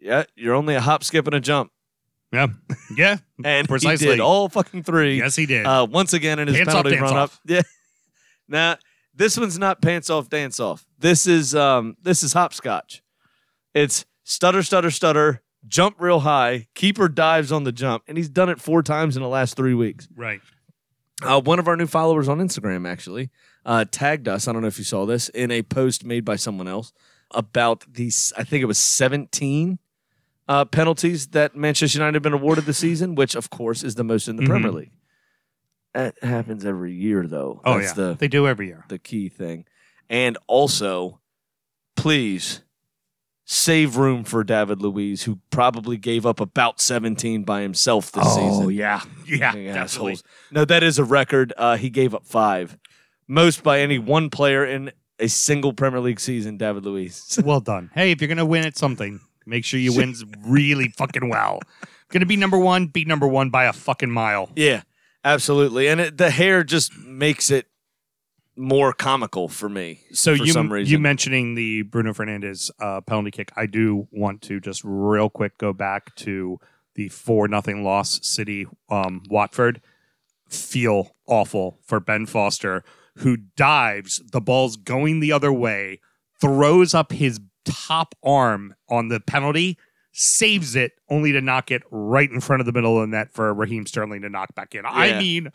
B: yeah, you're only a hop, skip, and a jump,
C: Yeah, yeah,
B: and
C: Precisely.
B: he did all fucking three.
C: yes, he did.
B: uh, once again in his
C: Pants off,
B: penalty
C: dance
B: run
C: off.
B: up. Yeah. now this one's not pants off, dance off. This is um, this is hopscotch. It's stutter, stutter, stutter, jump real high. Keeper dives on the jump, and he's done it four times in the last three weeks.
C: right.
B: Uh, one of our new followers on Instagram actually uh, tagged us. I don't know if you saw this in a post made by someone else about these. I think it was seventeen uh, penalties that Manchester United have been awarded this season, which of course is the most in the
C: Mhm.
B: Premier League. That happens every year, though.
C: Oh
B: That's
C: yeah,
B: the
C: they do every year.
B: the key thing. And also, please save room for David Luiz, who probably gave up about 17 by himself this season.
C: Oh, yeah, yeah,
B: Yeah,
C: definitely.
B: assholes. No, that is a record. Uh, he gave up five, most by any one player in a single Premier League season. David Luiz.
C: well done. Hey, if you're gonna win at something, make sure you win really fucking well. Gonna be number one, be number one by a fucking mile.
B: yeah, absolutely. And it, the hair just makes it more comical for me.
C: So
B: for
C: you
B: some reason.
C: you mentioning the Bruno Fernandez uh, penalty kick, I do want to just real quick go back to the four nothing loss City um, Watford. Feel awful for Ben Foster, who dives, the ball's going the other way, throws up his top arm on the penalty, saves it, only to knock it right in front of the middle of the net for Raheem Sterling to knock back in. I
B: Yeah.
C: mean,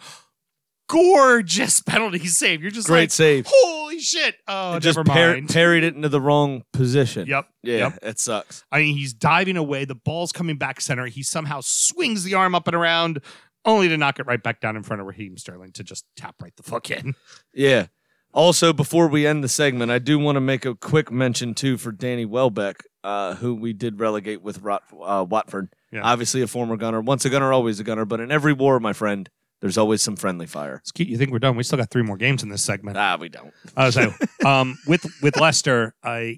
C: gorgeous penalty save. You're just
B: Great
C: like,
B: save.
C: Holy shit! Oh,
B: It just
C: never
B: par-
C: mind.
B: parried it into the wrong position.
C: yep.
B: Yeah,
C: Yep.
B: it sucks.
C: I mean, he's diving away. The ball's coming back center. He somehow swings the arm up and around, only to knock it right back down in front of Raheem Sterling to just tap right the fuck in.
B: Yeah. Also, before we end the segment, I do want to make a quick mention too for Danny Welbeck, uh, who we did relegate with Rot- uh, Watford.
C: Yeah.
B: Obviously, a former gunner. Once a gunner, always a gunner. But in every war, my friend, there's always some friendly fire.
C: It's cute. You think we're done? We still got three more games in this segment.
B: Ah, we don't.
C: Uh, so, um, with with Leicester, I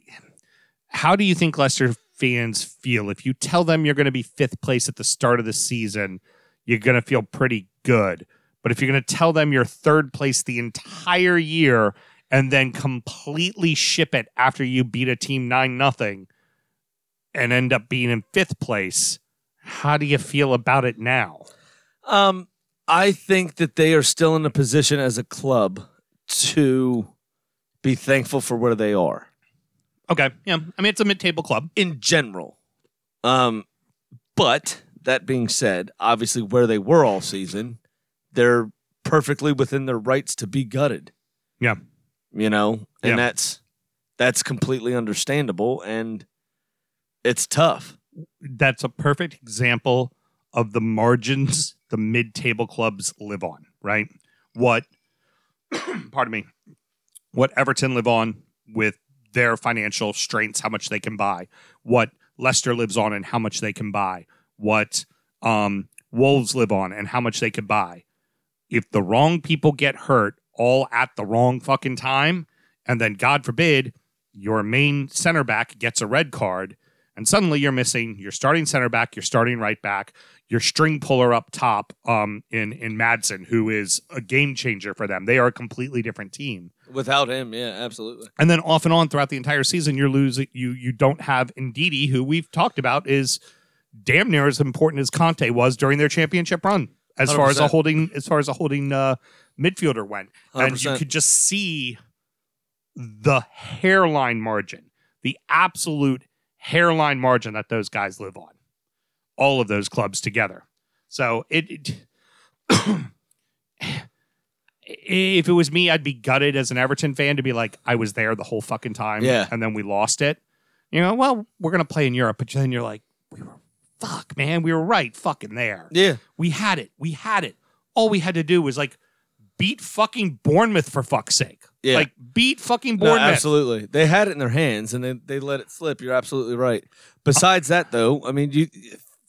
C: how do you think Leicester fans feel if you tell them you're going to be fifth place at the start of the season? You're going to feel pretty good, but if you're going to tell them you're third place the entire year and then completely ship it after you beat a team nine nothing and end up being in fifth place, how do you feel about it now?
B: Um, I think that they are still in a position as a club to be thankful for where they are.
C: Okay, yeah, I mean it's a mid-table club.
B: in general. Um, but that being said, obviously where they were all season, they're perfectly within their rights to be gutted.
C: Yeah.
B: You know, and
C: Yeah.
B: that's that's completely understandable and it's tough.
C: that's a perfect example of the margins the mid-table clubs live on, right? What pardon me, what Everton live on with their financial strengths, how much they can buy, what Leicester lives on and how much they can buy, what um, Wolves live on and how much they can buy. If the wrong people get hurt all at the wrong fucking time, and then God forbid your main center back gets a red card, and suddenly you're missing your starting center back, your starting right back, your string puller up top um, in in Madsen, who is a game changer for them. They are a completely different team
B: Without him, yeah, absolutely.
C: and then off and on throughout the entire season, you're losing. You you don't have Ndidi, who we've talked about is damn near as important as Conte was during their championship run, as far as a
B: 100%.
C: holding as far as a holding uh, midfielder went, and you
B: 100%.
C: could just see the hairline margin, the absolute hairline margin that those guys live on, all of those clubs together. So it- it if it was me, I'd be gutted as an Everton fan to be like, I was there the whole fucking time.
B: Yeah.
C: And then we lost it. You know, well, we're going to play in Europe. But then you're like, we were, fuck, man, we were right fucking there.
B: Yeah.
C: We had it. We had it. All we had to do was like beat fucking Bournemouth for fuck's sake.
B: Yeah.
C: Like beat fucking
B: No,
C: Bournemouth.
B: absolutely. They had it in their hands and they, they let it slip. You're absolutely right. Besides that, though, I mean, you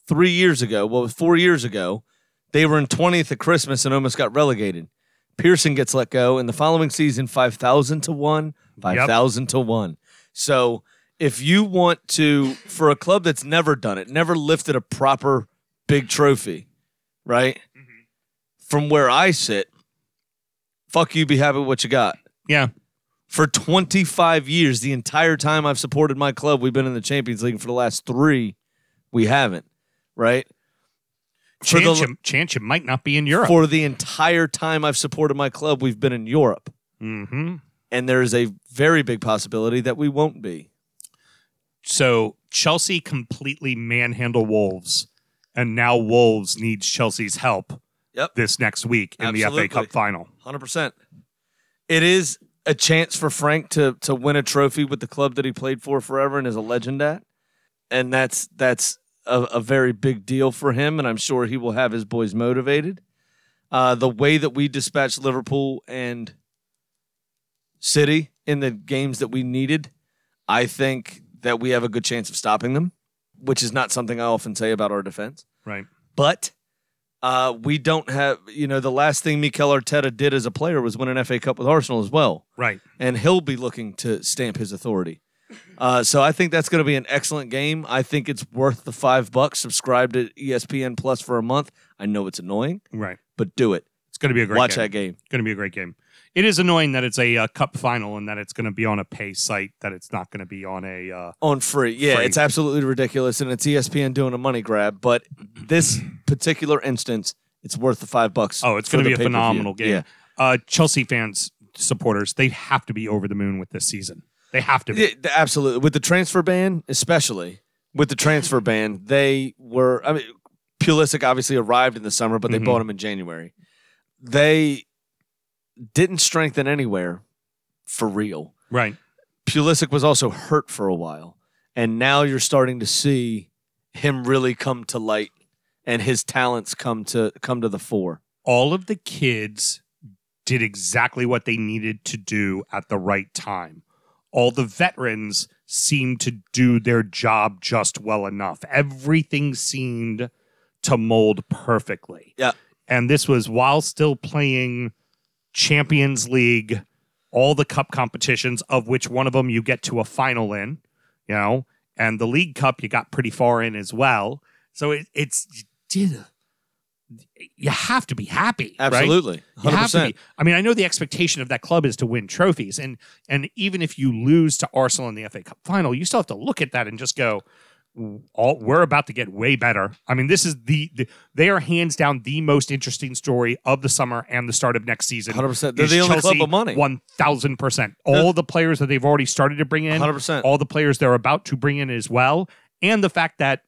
B: three years ago, well, four years ago, they were in 20th at Christmas and almost got relegated. Pearson gets let go, and the following season, 5,000 to 1, 5,000 to 1. So if you want to, for a club that's never done it, never lifted a proper big trophy, right? From where I sit, fuck you, be happy with what you got
C: Yeah.
B: for 25 years, the entire time I've supported my club, we've been in the Champions League. For the last three, we haven't, right? For
C: Chance,
B: the,
C: you, chance you might not be in Europe.
B: for the entire time I've supported my club, we've been in Europe.
C: mm-hmm.
B: And there is a very big possibility that we won't be.
C: So Chelsea completely manhandle Wolves, and now Wolves needs Chelsea's help
B: Yep.
C: this next week in the
B: Absolutely.
C: FA Cup final.
B: Hundred percent. It is a chance for Frank to to win a trophy with the club that he played for forever and is a legend at, and that's that's a, a very big deal for him. And I'm sure he will have his boys motivated. Uh, the way that we dispatched Liverpool and City in the games that we needed, I think that we have a good chance of stopping them, which is not something I often say about our defense
C: Right.
B: but uh, we don't have you know the last thing Mikel Arteta did as a player was win an FA Cup with Arsenal as well,
C: Right.
B: and he'll be looking to stamp his authority. Uh, so I think that's going to be an excellent game. I think it's worth the five bucks. Subscribe to E ESPN Plus for a month. I know it's annoying,
C: Right.
B: but do it.
C: It's going to be a great
B: Watch
C: game.
B: that game.
C: going to be a great game. It is annoying that it's a uh, cup final and that it's going to be on a pay site, that it's not going to be on a. Uh,
B: on free. Yeah,
C: Free.
B: it's absolutely ridiculous, and it's E ESPN doing a money grab. But this particular instance, it's worth the five bucks.
C: oh, it's
B: for
C: going to
B: the
C: be a
B: pay-per-view.
C: phenomenal game.
B: Yeah.
C: Uh, Chelsea fans, supporters, they have to be over the moon with this season. They have to be.
B: Yeah, th- absolutely. With the transfer ban, especially with the transfer ban, they were. I mean, Pulisic obviously arrived in the summer, but they
C: Mhm.
B: bought him in January. They didn't strengthen anywhere for real.
C: Right.
B: Pulisic was also hurt for a while, and now you're starting to see him really come to light and his talents come to come to the fore.
C: All of the kids did exactly what they needed to do at the right time. All the veterans seemed to do their job just well enough. Everything seemed to mold perfectly.
B: Yeah.
C: And this was while still playing Champions League, all the cup competitions, of which one of them you get to a final in, you know, and the League Cup you got pretty far in as well. So it, it's you did you have to be happy, right?
B: Absolutely,
C: You
B: hundred
C: have to
B: percent.
C: be. I mean, I know the expectation of that club is to win trophies, and and even if you lose to Arsenal in the FA Cup final, you still have to look at that and just go, all, "We're about to get way better." I mean, this is the, the they are hands down the most interesting story of the summer and the start of next season.
B: 100%. They're the only club with money.
C: One thousand percent. All the players that they've already started to bring in,
B: 100%.
C: All the players they're about to bring in as well, and the fact that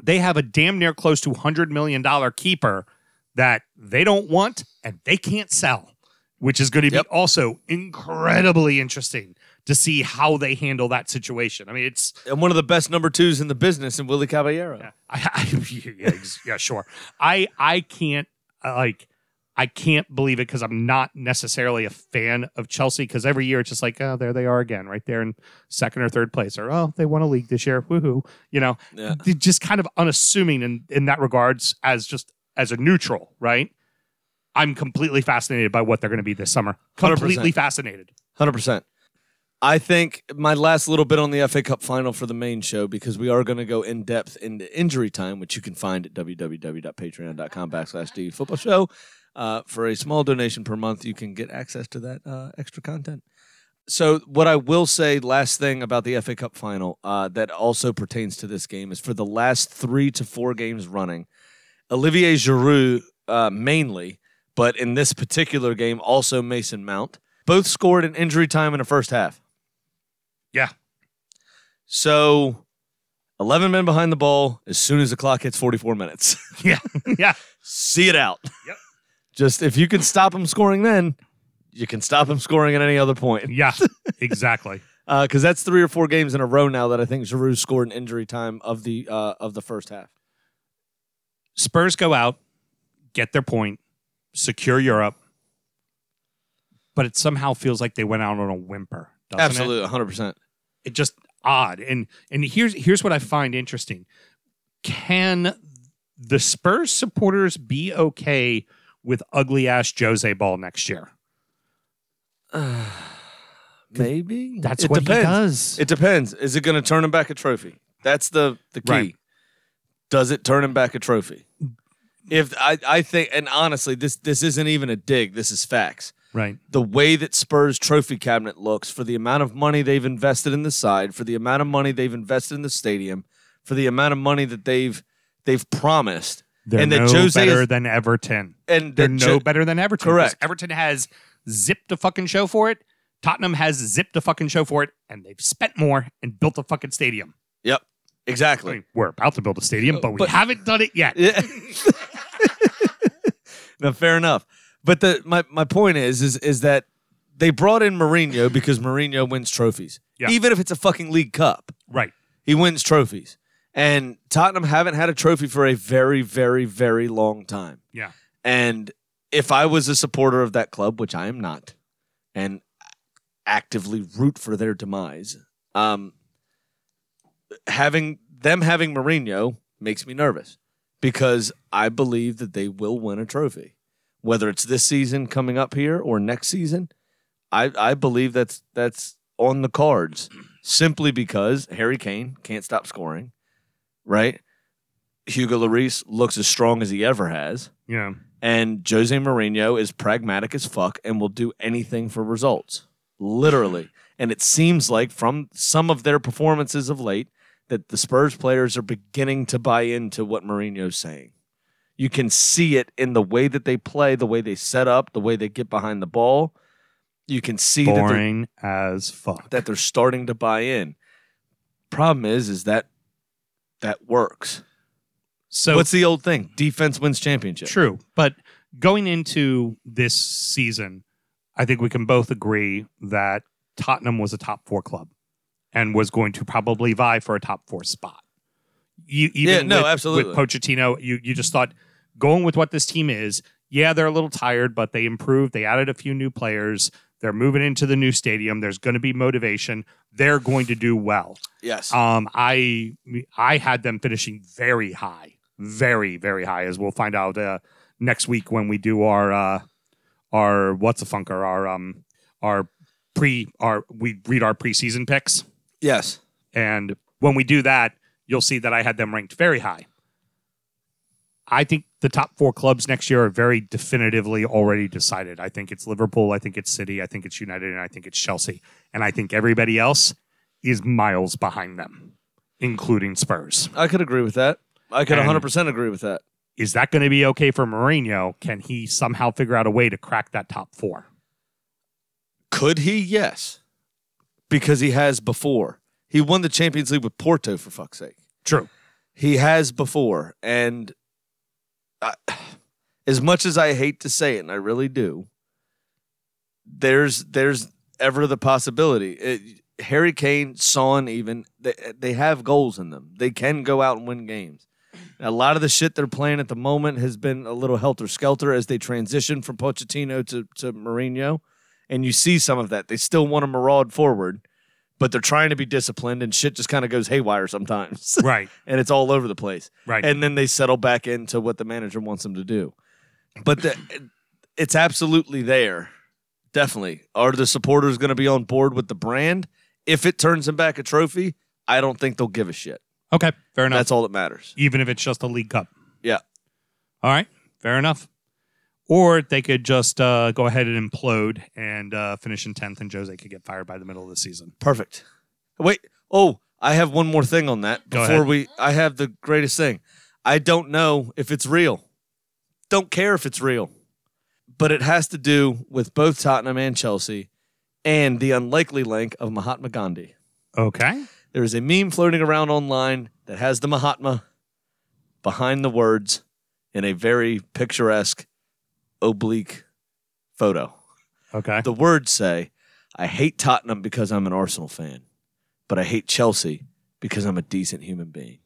C: they have a damn near close to $100 million keeper that they don't want and they can't sell, which is going to
B: Yep.
C: be also incredibly interesting to see how they handle that situation. I mean, it's,
B: And one of the best number twos in the business, in Willie Caballero.
C: I, I, yeah, ex- yeah, sure. I, I can't, uh, like, I can't believe it because I'm not necessarily a fan of Chelsea because every year it's just like, oh, there they are again, right there in second or third place, or oh, they won a league this year, woohoo, you know
B: Yeah.
C: they're just kind of unassuming in, in that regards as just as a neutral, right? I'm completely fascinated by what they're going to be this summer.
B: 100%.
C: Completely fascinated.
B: Hundred percent. I think my last little bit on the FA Cup final for the main show because we are going to go in depth into injury time, which you can find at www.patreon.com backslash d football show. Uh, for a small donation per month, you can get access to that uh, extra content. So, what I will say, last thing about the FA Cup final uh, that also pertains to this game is for the last three to four games running, Olivier Giroud uh, mainly, but in this particular game, also Mason Mount, both scored in injury time in the first half.
C: Yeah.
B: So 11 men behind the ball as soon as the clock hits 44 minutes.
C: Yeah. yeah.
B: See it out.
C: Yep.
B: Just if you can stop them scoring then, you can stop them scoring at any other point.
C: Yeah. Exactly.
B: Because that's three or four games in a row now that I think Giroud scored in injury time of the uh, of the first half.
C: Spurs go out, get their point, secure Europe, but it somehow feels like they went out on a whimper. Doesn't It?
B: Absolutely, 100%.
C: it just odd. And and here's here's what I find interesting. Can the Spurs supporters be okay with ugly ass Jose Ball next year?
B: Maybe.
C: That's
B: It
C: what he
B: depends.
C: does.
B: It depends. Is it going to turn him back a trophy? That's the the key.
C: Right.
B: Does it turn him back a trophy? If I I think and honestly this this isn't even a dig. This is facts.
C: right.
B: The way that Spurs trophy cabinet looks for the amount of money they've invested in the side, for the amount of money they've invested in the stadium, for the amount of money that they've they've promised.
C: They're
B: and
C: no
B: that Jose
C: better
B: is,
C: than Everton.
B: and
C: They're
B: that
C: no
B: Jo-
C: better than Everton. 'cause
B: Correct.
C: Everton has zipped a fucking show for it. Tottenham has zipped a fucking show for it, and they've spent more and built a fucking stadium.
B: Yep.
C: I
B: Exactly.
C: mean, we're about to build a stadium, but we
B: But-
C: haven't done it yet.
B: Yeah. no, fair enough. But the my, my point is is is that they brought in Mourinho because Mourinho wins trophies.
C: Yeah.
B: Even if it's a fucking League Cup,
C: Right.
B: he wins trophies. And Tottenham haven't had a trophy for a very, very, very long time.
C: Yeah.
B: And if I was a supporter of that club, which I am not, and actively root for their demise, um, having them having Mourinho makes me nervous because I believe that they will win a trophy, whether it's this season coming up here or next season. I, I believe that's that's on the cards simply because Harry Kane can't stop scoring, right? Hugo Lloris looks as strong as he ever has.
C: Yeah.
B: And Jose Mourinho is pragmatic as fuck and will do anything for results, literally. And it seems like from some of their performances of late that the Spurs players are beginning to buy into what Mourinho's saying. You can see it in the way that they play, the way they set up, the way they get behind the ball. You can see that they're
C: Boring as fuck.
B: that they're starting to buy in. Problem is, is that that works.
C: So
B: What's the old thing? Defense wins championship.
C: True, but going into this season, I think we can both agree that Tottenham was a top four club and was going to probably vie for a top four spot. You even
B: Yeah, no,
C: with,
B: absolutely.
C: with Pochettino, you you just thought going with what this team is. Yeah, they're a little tired, but they improved. They added a few new players. They're moving into the new stadium. There's going to be motivation. They're going to do well.
B: Yes.
C: Um, I I had them finishing very high, very very high, as we'll find out uh, next week when we do our uh, our what's a funker our um our pre our we read our preseason picks,
B: yes.
C: and when we do that, you'll see that I had them ranked very high. I think the top four clubs next year are very definitively already decided. I think it's Liverpool, I think it's City, I think it's United, and I think it's Chelsea. And I think everybody else is miles behind them, including Spurs.
B: I could agree with that. I could
C: And-
B: 100% agree with that.
C: Is that going to be okay for Mourinho? Can he somehow figure out a way to crack that top four?
B: Could he? Yes. Because he has before. He won the Champions League with Porto, for fuck's sake.
C: True.
B: He has before. And I, as much as I hate to say it, and I really do, there's there's ever the possibility. It- Harry Kane, Son, even, they, they have goals in them. They can go out and win games. A lot of the shit they're playing at the moment has been a little helter skelter as they transition from Pochettino to, to Mourinho. And you see some of that. They still want to maraud forward, but they're trying to be disciplined, and shit just kind of goes haywire sometimes.
C: Right.
B: and it's all over the place.
C: Right.
B: And then they settle back into what the manager wants them to do. But the, it's absolutely there. Definitely. Are the supporters going to be on board with the brand? If it turns them back a trophy, I don't think they'll give a shit.
C: okay. Fair enough.
B: That's all that matters.
C: Even if it's just a League Cup.
B: Yeah.
C: All right, fair enough. Or they could just uh, go ahead and implode and uh, finish in tenth, and Jose could get fired by the middle of the season.
B: Perfect. Wait. Oh, I have one more thing on that
C: Go
B: before
C: ahead.
B: we. I have the greatest thing. I don't know if it's real. Don't care if it's real, but it has to do with both Tottenham and Chelsea, and the unlikely link of Mahatma Gandhi.
C: Okay,
B: There is a meme floating around online that has the Mahatma behind the words in a very picturesque oblique photo.
C: okay,
B: The words say, I hate Tottenham because I'm an Arsenal fan, but I hate Chelsea because I'm a decent human being.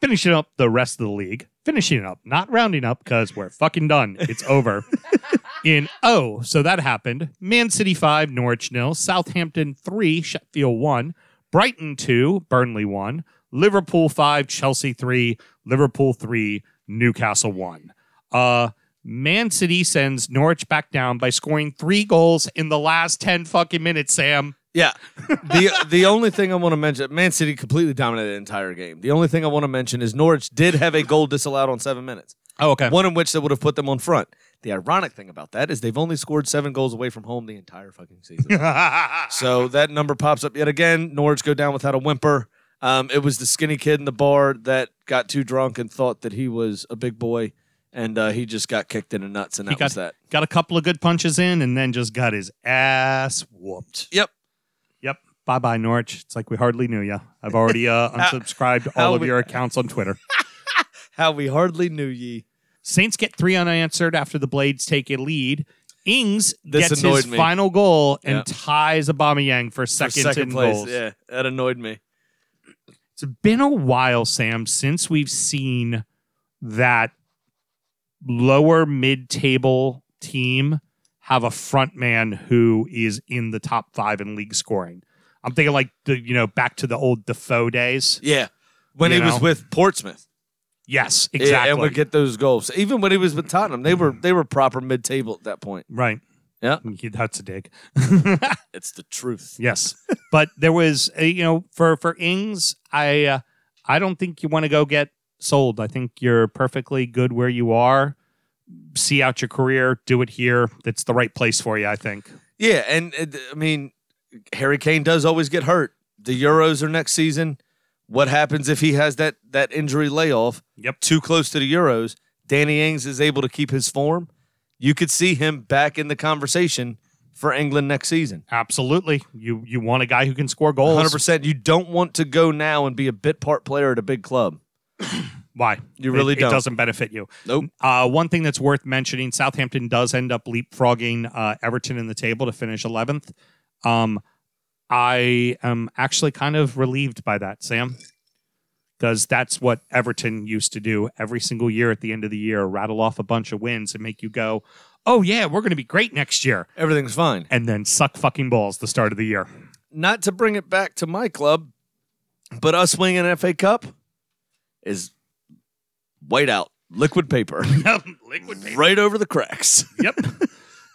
C: finishing up the rest of the league, finishing up, not rounding up because we're fucking done. It's over. in oh, so that happened. Man City five, Norwich nil, Southampton three, Sheffield one, Brighton two, Burnley one, Liverpool five, Chelsea three, Liverpool three, Newcastle one. Uh, Man City sends Norwich back down by scoring three goals in the last ten fucking minutes. Sam,
B: Yeah. the the only thing I want to mention, Man City completely dominated the entire game. The only thing I want to mention is Norwich did have a goal disallowed on 7 minutes.
C: oh okay,
B: One in which that would have put them on front. The ironic thing about that is they've only scored 7 goals away from home the entire fucking season. So that number pops up yet again. Norwich go down without a whimper. Um, it was the skinny kid in the bar that got too drunk and thought that he was a big boy, and uh, he just got kicked in the nuts, and that
C: He got,
B: was that.
C: got a couple of good punches in and then just got his ass whooped.
B: Yep.
C: Yep. Bye bye, Norwich. It's like we hardly knew you. I've already uh, unsubscribed
B: how
C: all of
B: we-
C: your accounts on Twitter.
B: How we hardly knew ye.
C: Saints get three unanswered after the Blades take a lead. Ings
B: This
C: gets
B: annoyed
C: his
B: me.
C: final goal and
B: Yeah.
C: ties Aubameyang for
B: for
C: second,
B: second
C: in
B: place.
C: goals.
B: Yeah, that annoyed me.
C: It's been a while, Sam, since we've seen that lower mid-table team have a front man who is in the top five in league scoring. I'm thinking like the you know back to the old Defoe days.
B: Yeah, when
C: You
B: he was
C: know?
B: with Portsmouth,
C: Yes,
B: Yeah,
C: exactly.
B: and would get those goals. Even when he was with Tottenham, they were they were proper mid table at that point.
C: right.
B: Yeah.
C: that's a dig.
B: It's the truth.
C: Yes, but there was uh, you know for for Ings, I uh, I don't think you want to go get sold. I think you're perfectly good where you are. See out your career, do it here. That's the right place for you. I think.
B: Yeah, and uh, I mean, Harry Kane does always get hurt. The Euros are next season. What happens if he has that that injury layoff?
C: Yep.
B: too close to the Euros. Danny Ings is able to keep his form. You could see him back in the conversation for England next season.
C: Absolutely. You you want a guy who can score goals.
B: 100%. You don't want to go now and be a bit part player at a big club.
C: Why?
B: You really
C: it,
B: don't.
C: It doesn't benefit you.
B: Nope.
C: Uh, one thing that's worth mentioning: Southampton does end up leapfrogging uh, Everton in the table to finish 11th. Um, I am actually kind of relieved by that, Sam, because that's what Everton used to do every single year at the end of the year: rattle off a bunch of wins and make you go, "Oh yeah, we're going to be great next year,"
B: Everything's fine.
C: and then suck fucking balls the start of the year.
B: Not to bring it back to my club, but us winning an FA Cup is white out, liquid paper,
C: Liquid
B: right over the cracks.
C: Yep.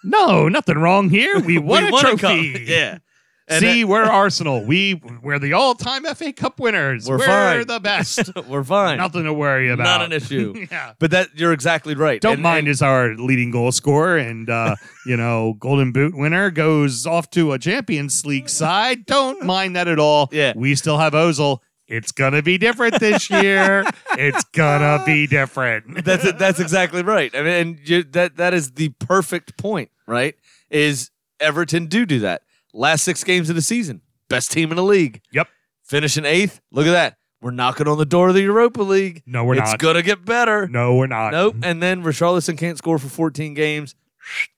C: No, nothing wrong here. We won
B: We
C: a
B: won a cup.
C: trophy.
B: Yeah. And
C: See, we're Arsenal. We we're the all-time FA Cup winners.
B: We're fine.
C: the best.
B: We're fine.
C: nothing to worry about.
B: Not an issue.
C: yeah.
B: But that you're exactly right.
C: Don't
B: And-
C: mind is our leading goal scorer and uh, you know Golden Boot winner goes off to a Champions League side. Don't mind that at all.
B: Yeah.
C: we still have Ozil. It's gonna be different this year. it's gonna be different.
B: that's it, that's exactly right. I mean, and you, that that is the perfect point, right? Is Everton do do that? Last six games of the season, best team in the league.
C: Yep.
B: finishing eighth. Look at that. We're knocking on the door of the Europa League.
C: No, we're
B: it's
C: not.
B: gonna get better.
C: No, we're not.
B: Nope. And then Richarlison can't score for 14 games.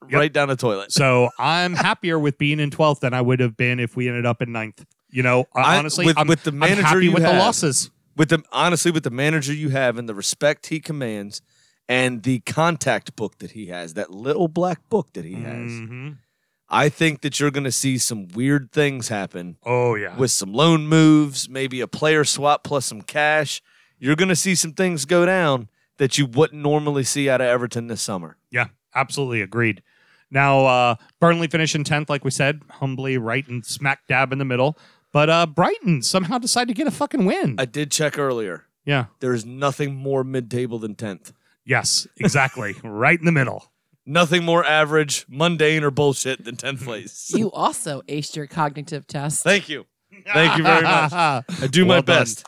B: Right down the toilet.
C: So I'm happier with being in 12th than I would have been if we ended up in ninth. You know, I,
B: I-
C: honestly,
B: with-
C: I'm,
B: with the
C: I'm
B: manager
C: happy
B: you
C: with the
B: have.
C: losses.
B: with the honestly with the manager you have and the respect he commands and the contact book that he has, that little black book that he has.
C: Mhm.
B: I think that you're going to see some weird things happen
C: Oh yeah.
B: with some loan moves, maybe a player swap plus some cash. You're going to see some things go down that you wouldn't normally see out of Everton this summer.
C: yeah, absolutely agreed. Now uh, Burnley finished in 10th, like we said, humbly right and smack dab in the middle. But uh, Brighton somehow decided to get a fucking win.
B: I did check earlier.
C: yeah.
B: There is nothing more mid-table than 10th.
C: Yes. Exactly. right in the middle.
B: Nothing more average, mundane, or bullshit than 10th place.
F: You also aced your cognitive test.
B: Thank you. Thank you very much. I do my
C: Well done.
B: best.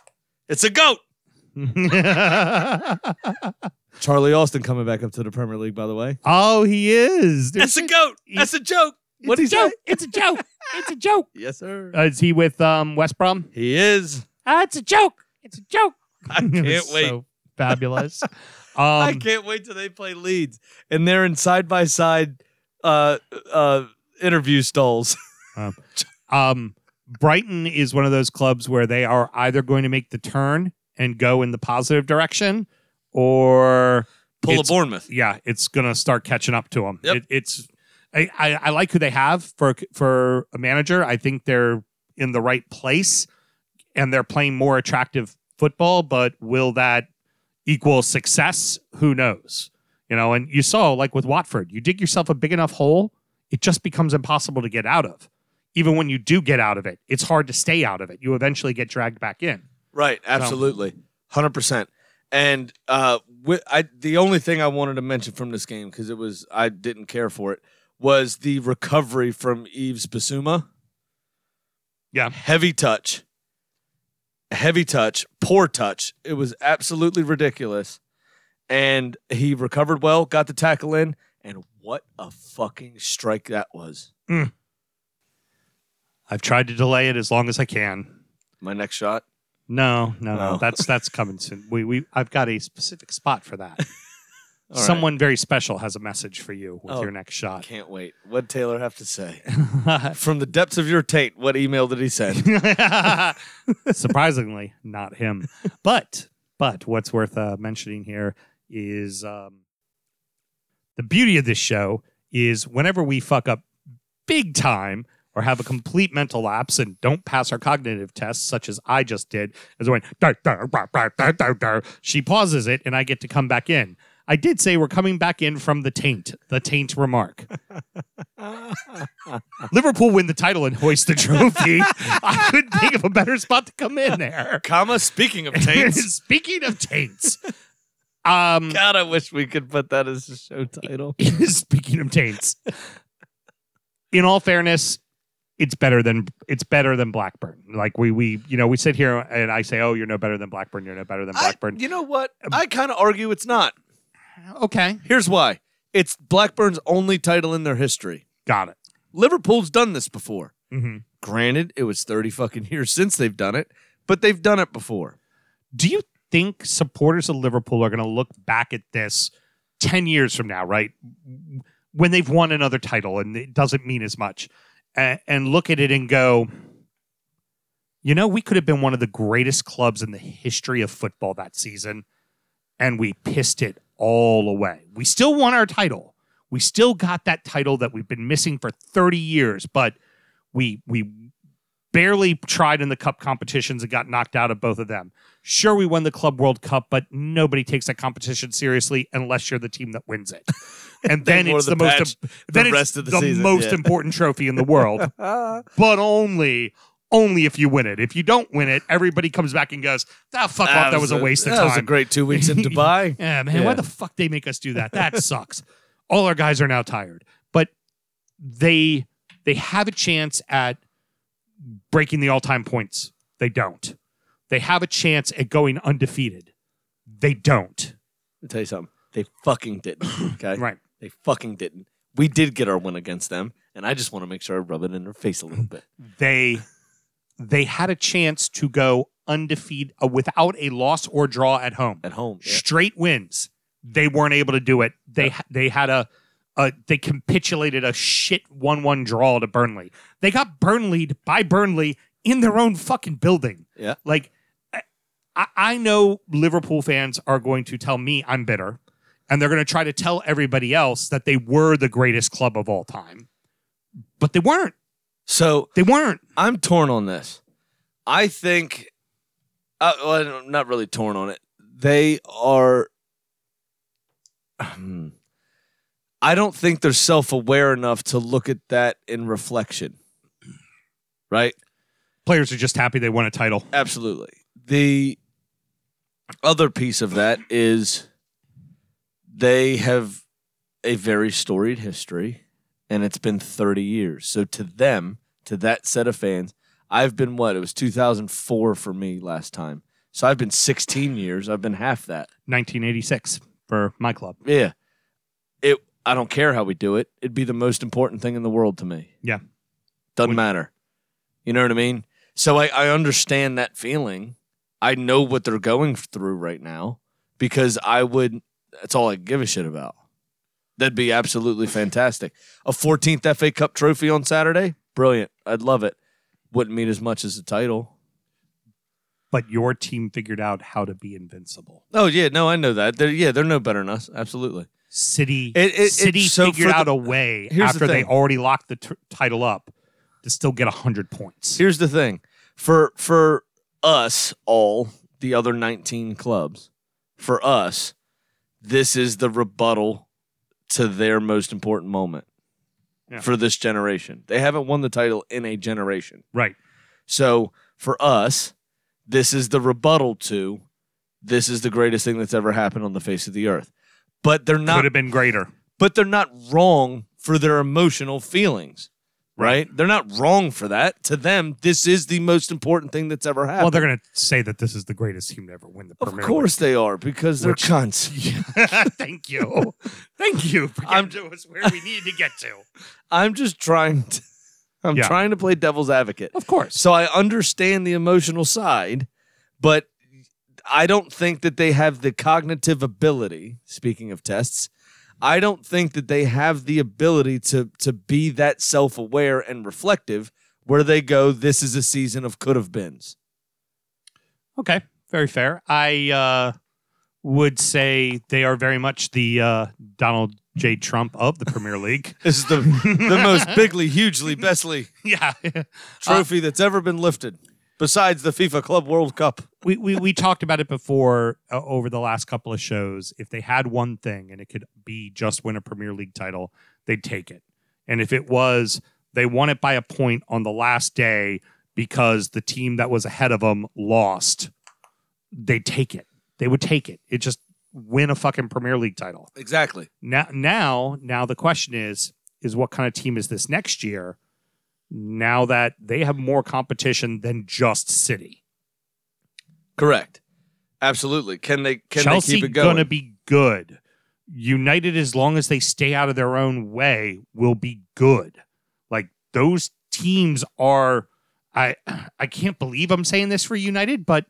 B: It's a goat. Charlie Austin coming back up to the Premier League, by the way.
C: oh, he is. Dude,
B: That's a goat. That's a joke.
C: it's
B: What
C: a
B: is
C: joke.
B: that?
C: It's a joke. It's a joke.
B: Yes, sir.
C: Uh, is he with um, West Brom?
B: He is.
F: Ah,
C: Uh, it's a joke. It's a joke.
B: I can't wait.
C: fabulous. Um,
B: I can't wait till they play Leeds and they're in side by side uh uh interview stalls.
C: um, Brighton is one of those clubs where they are either going to make the turn and go in the positive direction, or it's-
B: Bournemouth.
C: yeah, it's gonna start catching up to them.
B: Yep.
C: It, it's I, I, I like who they have for for a manager. I think they're in the right place and they're playing more attractive football. But will that equal success? Who knows? You know, and you saw like with Watford, you dig yourself a big enough hole, it just becomes impossible to get out of. Even when you do get out of it, it's hard to stay out of it. You eventually get dragged back in.
B: Right, absolutely. 100%. And uh wi- I the only thing I wanted to mention from this game cuz it was I didn't care for it was the recovery from Eves Basuma.
C: Yeah.
B: Heavy touch. Heavy touch, poor touch. It was absolutely ridiculous. And he recovered well, got the tackle in, and what a fucking strike that was.
C: I've tried to delay it as long as I can.
B: My next shot.
C: No, no, no.
B: No.
C: That's that's coming soon. We we I've got a specific spot for that.
B: All right.
C: Someone very special has a message for you with
B: Oh.
C: your next
B: I
C: shot.
B: can't wait. What'd Taylor have to say? From the depths of your Tate, what email did he send?
C: Surprisingly, not him. But but what's worth uh, mentioning here is um, the beauty of this show is whenever we fuck up big time or have a complete mental lapse and don't pass our cognitive tests, such as I just did, as I went, "Dar, dar, rah, rah, dar, dar, dar," she pauses it and I get to come back in. I did say we're coming back in from the taint, the taint remark. Liverpool win the title and hoist the trophy. I couldn't think of a better spot to come in there.
B: Comma, speaking of Tates.
C: Speaking of taints, um,
B: God, I wish we could put that as a show title.
C: speaking of taints, in all fairness, it's better than it's better than Blackburn. Like we we you know we sit here and I say, oh, you're no better than Blackburn. You're no better than Blackburn. Um,
B: you know what? I kind of argue it's not.
C: okay,
B: Here's why it's Blackburn's only title in their history.
C: got it.
B: Liverpool's done this before.
C: Mhm.
B: Granted, it was 30 fucking years since they've done it, but they've done it before.
C: Do you think supporters of Liverpool are going to look back at this ten years from now, right? When they've won another title and it doesn't mean as much, and, and look at it and go. You know, we could have been one of the greatest clubs in the history of football that season, and we pissed it all away. We still won our title. We still got that title that we've been missing for 30 years, but we we barely tried in the cup competitions and got knocked out of both of them. Sure, we won the Club World Cup, but nobody takes that competition seriously unless you're the team that wins it. And then
B: wore
C: it's
B: the
C: the, most
B: patch
C: im- then
B: the
C: it's
B: rest of the season,
C: most
B: yeah.
C: important trophy in the world but only only if you win it. If you don't win it, everybody comes back and goes, "That fuck off, that was a waste of
B: That
C: time."
B: was a great two weeks in Dubai.
C: yeah, man,
B: Yeah.
C: why the fuck they make us do that? That sucks. All our guys are now tired, but they they have a chance at breaking the all time points. They don't. They have a chance at going undefeated. They don't.
B: I'll tell you something. They fucking didn't. Okay.
C: Right.
B: They fucking didn't. We did get our win against them, and I just want to make sure I rub it in their face a little bit.
C: they they had a chance to go undefeated uh, without a loss or draw at home.
B: At home. yeah.
C: straight wins. They weren't able to do it. They they had a, a they capitulated a shit one one draw to Burnley. They got Burnleyed by Burnley in their own fucking building.
B: Yeah.
C: like I, I- I know Liverpool fans are going to tell me I'm bitter, and they're going to try to tell everybody else that they were the greatest club of all time, but they weren't.
B: So
C: They weren't.
B: I'm torn on this. I think, uh, well, I'm not really torn on it. They are. Hmm. I don't think they're self aware enough to look at that in reflection. Right?
C: Players are just happy they won a title.
B: Absolutely. The other piece of that is they have a very storied history and it's been 30 years. So to them, to that set of fans, I've been what? It was 2004 for me last time. So I've been 16 years. I've been half that.
C: 1986 for my club.
B: Yeah. It I don't care how we do it. It'd be the most important thing in the world to me.
C: Yeah.
B: Doesn't
C: Would-
B: matter. You know what I mean? So I, I understand that feeling. I know what they're going through right now because I would that's all I give a shit about. That'd be absolutely fantastic. A 14th FA Cup trophy on Saturday? Brilliant. I'd love it. Wouldn't mean as much as the title.
C: But your team figured out how to be invincible.
B: Oh yeah, no, I know that. They're, yeah, they're no better than us. Absolutely.
C: City
B: It- it- it-
C: City
B: so for
C: figured
B: the-
C: out a way
B: Here's the
C: after they
B: thing.
C: already locked the t- title up to still get 100 points.
B: Here's the thing, for for us all, the other 19 clubs, for us, this is the rebuttal to their most important moment
C: Yeah.
B: for this generation. They haven't won the title in a generation.
C: Right.
B: So for us, this is the rebuttal to this is the greatest thing that's ever happened on the face of the earth. But they're
C: Could
B: not
C: have been greater.
B: but they're not wrong for their emotional feelings. Right? They're not wrong for that. To them, this is the most important thing that's ever happened.
C: Well, they're going to say that this is the greatest team to ever win the
B: Of
C: Premier
B: course they are because they're
C: Which-
B: cunts.
C: League. Thank you. Thank you for
B: I'm-
C: getting to us where we need to get to.
B: I'm just trying to I'm
C: Yeah.
B: trying to play devil's advocate.
C: Of course.
B: So I understand the emotional side, but I don't think that they have the cognitive ability. Speaking of tests, I don't think that they have the ability to to be that self aware and reflective where they go. This is a season of could have beens.
C: Okay, very fair. I uh, would say they are very much the uh, Donald J. Trump of the Premier League.
B: This is the the most bigly, hugely, bestly
C: yeah.
B: trophy that's ever been lifted, besides the FIFA Club World Cup.
C: we, we, we talked about it before uh, over the last couple of shows. If they had one thing and it could be just win a Premier League title, they'd take it. And if it was, they won it by a point on the last day because the team that was ahead of them lost, they take it. They would take it. It just win a fucking Premier League title.
B: Exactly.
C: now now now the question is is what kind of team is this next year now that they have more competition than just city
B: Correct. Absolutely. Can they can
C: chelsea
B: they keep it going?
C: gonna be good united as long as they stay out of their own way will be good like those teams are i i can't believe i'm saying this for united but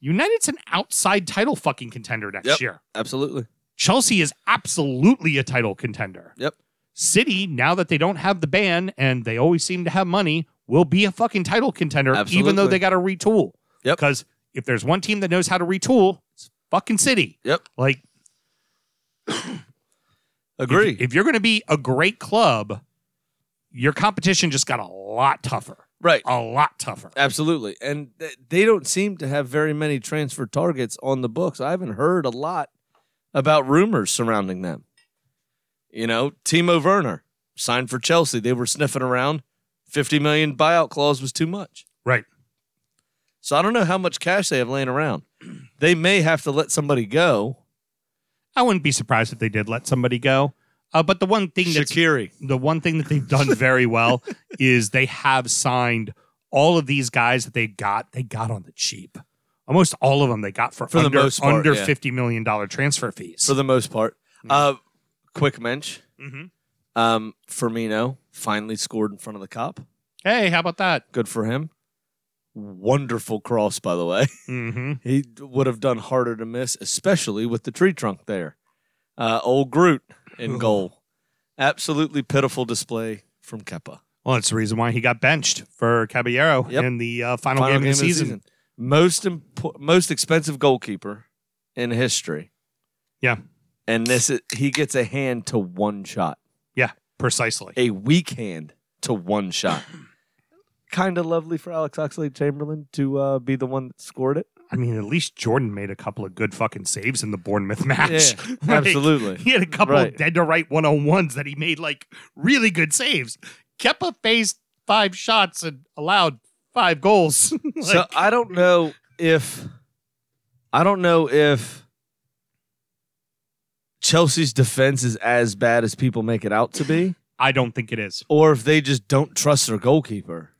C: united's an outside title fucking contender next
B: Yep.
C: year
B: Absolutely.
C: Chelsea is absolutely a title contender.
B: Yep.
C: City, now that they don't have the ban and they always seem to have money, will be a fucking title contender, even though
B: Absolutely.
C: they got to retool.
B: Yep.
C: Because if there's one team that knows how to retool, it's fucking City.
B: Yep.
C: Like, if-
B: Agree.
C: If, you're going to be a great club, your competition just got a lot tougher.
B: right.
C: A lot tougher.
B: Absolutely. And th- they don't seem to have very many transfer targets on the books. I haven't heard a lot about rumors surrounding them. You know, Timo Werner signed for Chelsea. They were sniffing around. 50 million buyout clause was too much.
C: Right.
B: So I don't know how much cash they have laying around. They may have to let somebody go.
C: I wouldn't be surprised if they did let somebody go. Uh, but the one thing that's
B: Shakiri.
C: the one thing that they've done very well is they have signed all of these guys that they got. They got on the cheap. Almost all of them they got for,
B: For the
C: under,
B: most part,
C: under
B: yeah.
C: fifty million dollar transfer fees.
B: for the most part. Uh, quick mensch.
C: Mhm.
B: Um, Firmino finally scored in front of the cop.
C: hey, how about that?
B: Good for him. Wonderful cross, by the way.
C: Mm-hmm.
B: he d- would have done harder to miss, especially with the tree trunk there. Uh, old Groot in goal. Absolutely pitiful display from Keppa.
C: Well, that's the reason why he got benched for Caballero
B: Yep.
C: in the uh, final, game, of the season.
B: Most impo- most expensive goalkeeper in history.
C: Yeah.
B: And this is, he gets a hand to one shot.
C: Yeah, precisely.
B: a weak hand to one shot. kind of lovely for Alex Oxley Chamberlain to uh, be the one that scored it.
C: I mean, at least Jordan made a couple of good fucking saves in the Bournemouth match.
B: Yeah,
C: Like,
B: absolutely.
C: He had a couple
B: Right.
C: of dead to right one on ones that he made like really good saves. Keppa faced five shots and allowed five goals. Like,
B: so I don't know if I don't know if Chelsea's defense is as bad as people make it out to be,
C: I don't think it is.
B: or if they just don't trust their goalkeeper.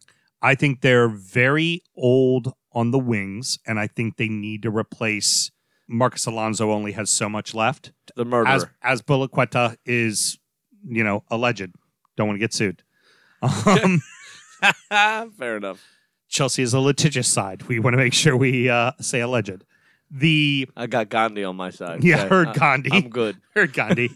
C: I think they're very old on the wings, and I think they need to replace Marcus Alonso. Only has so much left.
B: The murderer.
C: As as Bulaqueta is, you know, alleged. Don't want to get sued. Um,
B: Fair enough.
C: Chelsea is a litigious side. We want to make sure we uh, say alleged. The
B: I got Gandhi on my side.
C: yeah,
B: okay?
C: heard
B: I-
C: Gandhi.
B: I'm good.
C: heard Gandhi.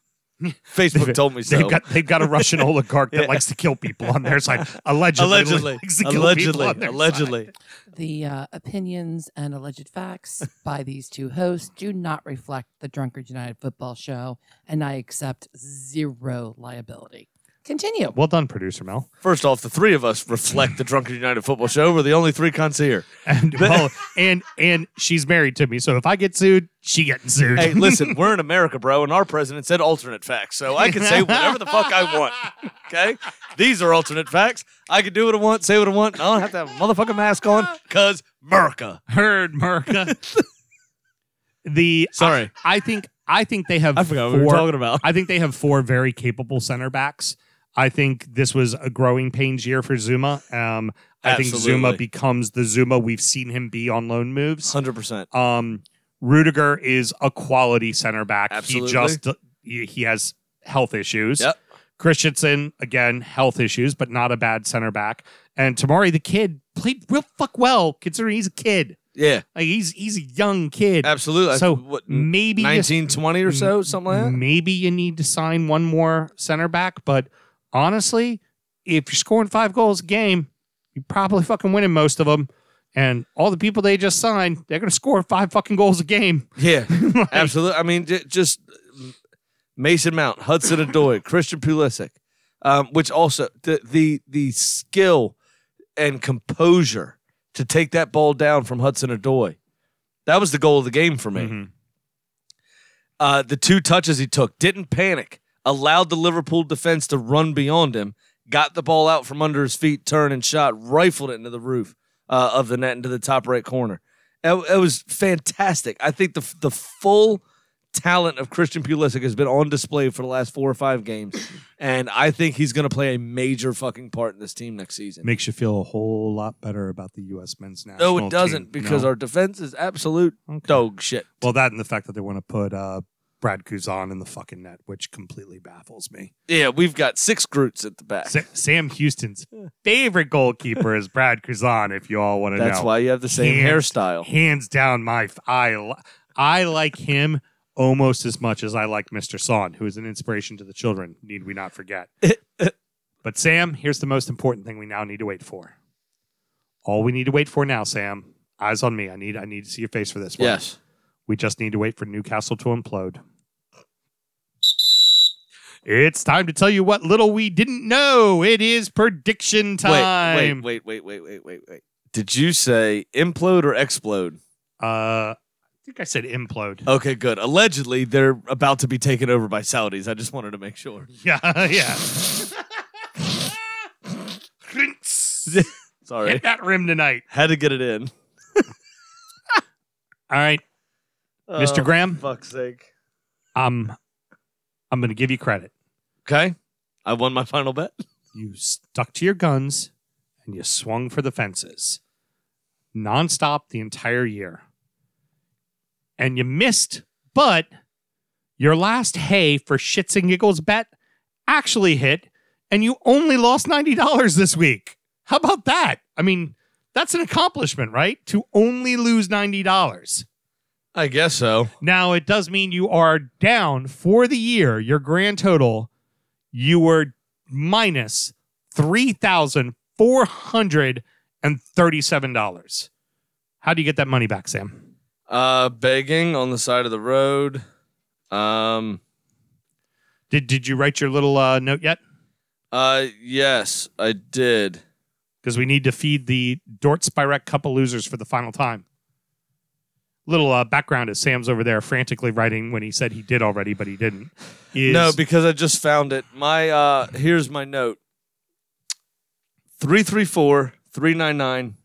B: Facebook told me so.
C: They've got they've got a Russian oligarch that
B: Yeah.
C: likes to kill people on their side. Allegedly,
B: allegedly,
C: likes to kill people
B: allegedly,
C: on their
B: allegedly.
F: The uh, opinions and alleged facts by these two hosts do not reflect the Drunkard United football show, and I accept zero liability. Continue.
C: side. Well done, producer Mel.
B: First off, the three of us reflect the Drunken United football show. We're the only three cons here.
C: And well, and and she's married to me, so if I get sued, she getting sued.
B: Hey, listen, we're in America, bro, and our president said alternate facts, so I can say whatever the fuck I want. Okay, these are alternate facts. I can do what I want, say what I want. and I don't have to have a motherfucking mask on, cause America.
C: heard, Merca. the
B: Sorry.
C: I, I think I think they have. four-
B: about.
C: I think they have four very capable center backs. I think this was a growing pains year for Zuma. Um, I think Zuma
B: Absolutely.
C: becomes the Zuma we've seen him be on loan moves.
B: Hundred percent.
C: Um, Rudiger is a quality center back.
B: Absolutely.
C: He just he, he has health issues.
B: Yep.
C: Christensen, again, health issues, but not a bad center back. And Tamari, the kid, played real fuck well considering he's a kid.
B: Yeah,
C: Like he's he's a young kid.
B: absolutely.
C: So
B: what,
C: maybe you-
B: 1920 or so, something like that.
C: Maybe you need to sign one more center back, but honestly, if you're scoring five goals a game, you're probably fucking winning most of them. And all the people they just signed, they're going to score five fucking goals a game.
B: Yeah,
C: Like,
B: absolutely. I mean, j- just Mason Mount, Hudson Adoy, Christian Pulisic, um, which also the, the the skill and composure to take that ball down from Hudson Adoy. That was the goal of the game for me.
C: Mhm.
B: Uh, the two touches he took didn't panic, allowed the Liverpool defense to run beyond him, got the ball out from under his feet, turned and shot, rifled it into the roof uh, of the net into the top right corner. It, it was fantastic. I think the the full talent of Christian Pulisic has been on display for the last four or five games, and I think he's going to play a major fucking part in this team next season.
C: Makes you feel a whole lot better about the U.S. men's national
B: No, it doesn't because our defense is absolute dog shit.
C: Well, that and the fact that they want to put uh, Brad Guzan in the fucking net, which completely baffles me.
B: Yeah, we've got six Groots at the back.
C: Sa- Sam Houston's favorite goalkeeper is Brad Guzan, if you all want to know.
B: That's why you have the same
C: Hands-
B: hairstyle.
C: Hands down, my f- I li- I like him almost as much as I like Mr. Son, who is an inspiration to the children. Need we not forget? but Sam, here's the most important thing we now need to wait for. All we need to wait for now, Sam. Eyes on me. I need I need to see your face for this one.
B: Yes.
C: We just need to wait for Newcastle to implode. It's time to tell you what little we didn't know. It is prediction time.
B: Wait, wait, wait, wait, wait, wait, wait. Did you say implode or explode?
C: Uh, I think I said implode.
B: Okay, good. Allegedly, they're about to be taken over by Saudis. I just wanted to make sure.
C: Yeah, yeah.
B: Sorry.
C: Hit that rim tonight.
B: Had to get it in.
C: All right,
B: Uh,
C: Mr. Graham,
B: Fuck's sake.
C: I'm I'm going to give you credit.
B: Okay. I won my final bet.
C: You stuck to your guns and you swung for the fences nonstop the entire year. And you missed, but your last hay for shits and giggles bet actually hit, and you only lost $90 this week. How about that? I mean, that's an accomplishment, right? To only lose $90.
B: I guess so.
C: Now it does mean you are down for the year. Your grand total, you were minus three thousand four hundred and thirty-seven dollars. How do you get that money back, Sam?
B: Uh, begging on the side of the road. Um,
C: Did Did you write your little uh, note yet?
B: uh, yes, I did.
C: Because we need to feed the Dort Spirek couple losers for the final time. Little uh, background is Sam's over there frantically writing when he said he did already, but he didn't. Is-
B: No, because I just found it. My uh here's my note.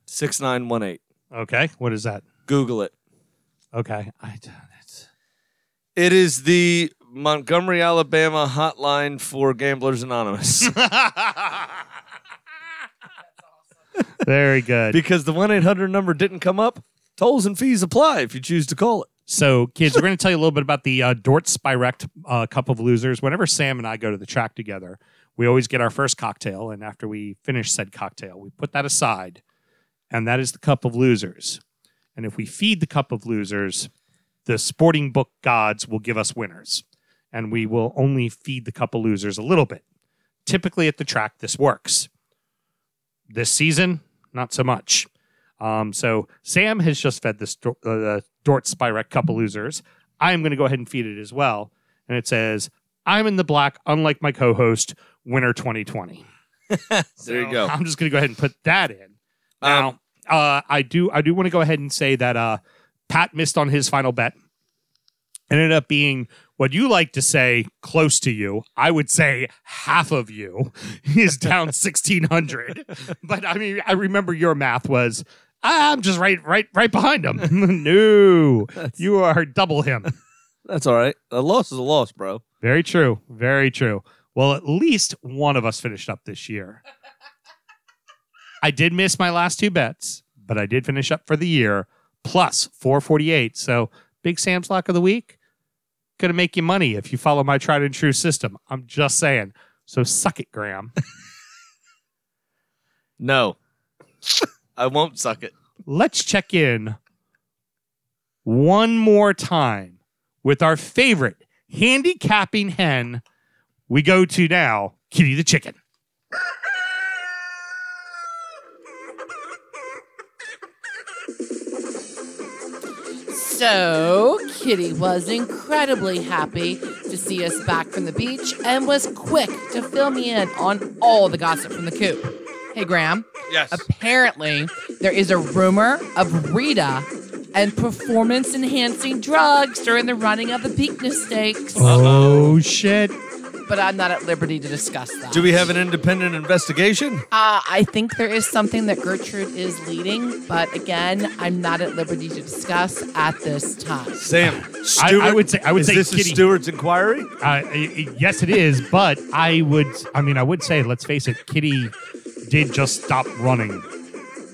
B: 334-399-6918.
C: okay. What is that?
B: Google it.
C: Okay, I. That's,
B: It is the Montgomery, Alabama hotline for Gamblers Anonymous.
C: Very good.
B: because the 1-800 number didn't come up. Tolls and fees apply if you choose to call it.
C: so, kids, we're going to tell you a little bit about the uh, Dort Spirect uh, Cup of Losers. Whenever Sam and I go to the track together, we always get our first cocktail. And after we finish said cocktail, we put that aside. And that is the Cup of Losers. And if we feed the Cup of Losers, the sporting book gods will give us winners. And we will only feed the Cup of Losers a little bit. Typically at the track, this works. This season, not so much. Um, so Sam has just fed this Dor- uh, the Dort Spirek couple losers. I am going to go ahead and feed it as well. And it says, I'm in the black, unlike my co host, winner 2020.
B: there you go.
C: I'm just going to go ahead and put that in. Now,
B: Um,
C: uh, I do I do want to go ahead and say that uh, Pat missed on his final bet. Ended up being what you like to say close to you. I would say half of you is down sixteen hundred. But I mean, I remember your math was "Ah, I'm just right, right, right behind him. no, you are double him.
B: That's all right. A loss is a loss, bro.
C: Very true. Very true. Well, at least one of us finished up this year. I did miss my last two bets, but I did finish up for the year plus 448. So, big Sam's lock of the week going to make you money if you follow my tried and true system. I'm just saying. So suck it, Graham.
B: No. I won't suck it.
C: Let's check in one more time with our favorite handicapping hen. We go to now Kitty the Chicken.
F: So, Kitty was incredibly happy to see us back from the beach and was quick to fill me in on all the gossip from the coop. Hey, Graham.
B: Yes.
F: Apparently, there is a rumor of Rita and performance enhancing drugs during the running of the Beekner Stakes,
C: Oh, shit.
F: but I'm not at liberty to discuss that.
B: Do we have an independent investigation?
F: Uh, I think there is something that Gertrude is leading, but again, I'm not at liberty to discuss at this time.
B: Sam,
C: I
B: Stewart,
C: would say- I would
B: is
C: say
B: this is
C: Kitty.
B: Stewart's inquiry.
C: Uh, y- yes, it is, but I would, I mean, I would say, let's face it, Kitty did just stop running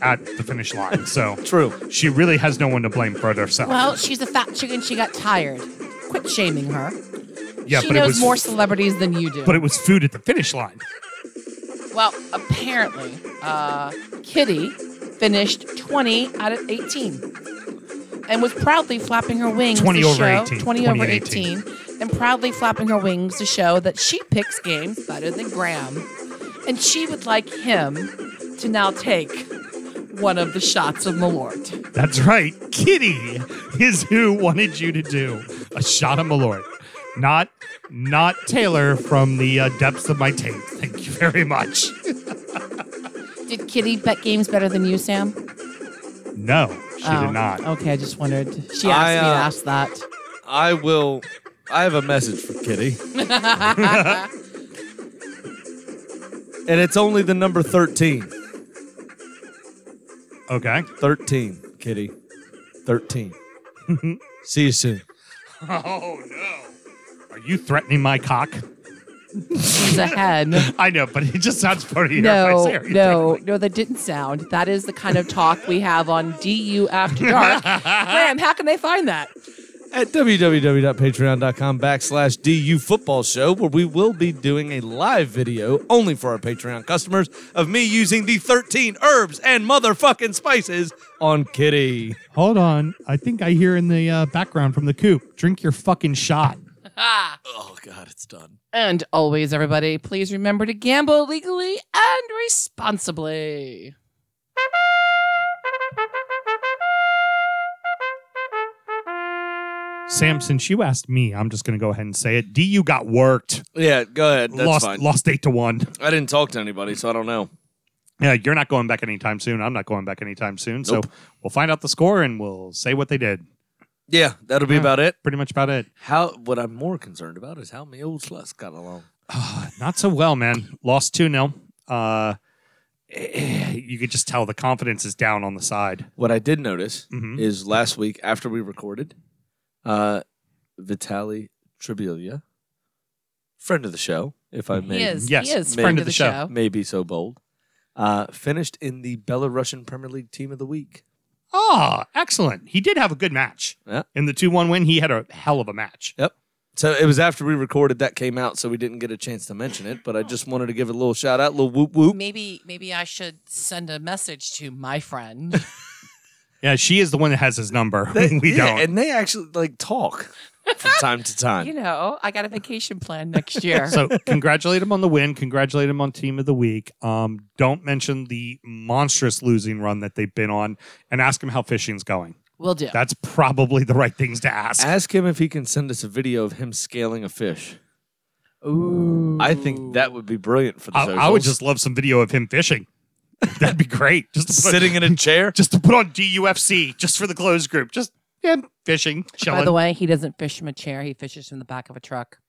C: at the finish line. So
B: True.
C: she really has no one to blame but herself.
F: Well, she's a fat chicken. She got tired. Quit shaming her.
C: yeah,
F: she
C: but
F: knows
C: it was,
F: more celebrities than you do.
C: but it was food at the finish line.
F: well, apparently, uh, Kitty finished 20 out of 18 and was proudly flapping her wings
C: 20
F: to
C: over
F: show
C: 18,
F: 20 over
C: 18.
F: 18 and proudly flapping her wings to show that she picks games better than Graham. And she would like him to now take one of the shots of Malort.
C: That's right. Kitty is who wanted you to do a shot of Malort, not not Taylor from the uh, depths of my tape. Thank you very much.
F: Did Kitty bet games better than you, Sam?
C: No, she
F: Oh,
C: did not.
F: Okay, I just wondered. She asked
B: I,
F: me to
B: uh,
F: ask that.
B: I will. I have a message for Kitty. and it's only the number 13.
C: Okay.
B: 13, Kitty. 13. See you soon.
C: Oh no. Are you threatening my cock?
F: She's a hen.
C: I know, but it just sounds funny.
F: No,
C: if I say it.
F: no, no, that didn't sound. That is the kind of talk we have on DU After Dark. Graham, how can they find that?
B: At www.patreon.com backslash DU football show, where we will be doing a live video only for our Patreon customers of me using the 13 herbs and motherfucking spices on Kitty.
C: Hold on. I think I hear in the uh, background from the coop. Drink your fucking shot.
B: Oh, God, it's done.
F: And always, everybody, please remember to gamble legally and responsibly.
C: Sam, since you asked me, I'm just going to go ahead and say it. DU got worked.
B: Yeah, go ahead. That's
C: lost
B: fine.
C: lost 8 to 1.
B: I didn't talk to anybody, so I don't know.
C: Yeah, you're not going back anytime soon. I'm not going back anytime soon.
B: Nope.
C: So we'll find out the score and we'll say what they did.
B: Yeah, that'll be about it.
C: Pretty much about it.
B: How what I'm more concerned about is how my old sluts got along.
C: Not so well, man. Lost 2 0. Uh, eh, you could just tell the confidence is down on the side.
B: What I did notice
C: Mhm.
B: is last week after we recorded, uh, Vitali Tribulia, friend of the show, if I
F: He
B: may,
F: is,
C: Yes,
F: he is
B: made
F: friend
C: it
F: of
C: to
F: the
C: the show.
F: show.
B: may be so bold, uh, finished in the Belarusian Premier League Team of the Week.
C: Ah, excellent. He did have a good match.
B: Yeah.
C: In the 2 1 win, he had a hell of a match.
B: Yep. So it was after we recorded that came out, so we didn't get a chance to mention it. But I just wanted to give it a little shout out, little whoop whoop.
F: Maybe, maybe I should send a message to my friend.
C: Yeah, she is the one that has his number. we
B: Yeah,
C: don't.
B: and they actually like talk from time to time.
F: you know, I got a vacation plan next year.
C: so congratulate him on the win. Congratulate him on team of the week. Um, don't mention the monstrous losing run that they've been on and ask him how fishing's going.
F: we'll do.
C: That's probably the right things to ask.
B: Ask him if he can send us a video of him scaling a fish.
F: Ooh.
B: I think that would be brilliant for the
C: I,
B: socials.
C: I would just love some video of him fishing. That'd be great. Just to put,
B: sitting in a chair.
C: just to put on DUFC just for the closed group. Just yeah, fishing, chilling.
F: By the way, he doesn't fish from a chair. He fishes from the back of a truck.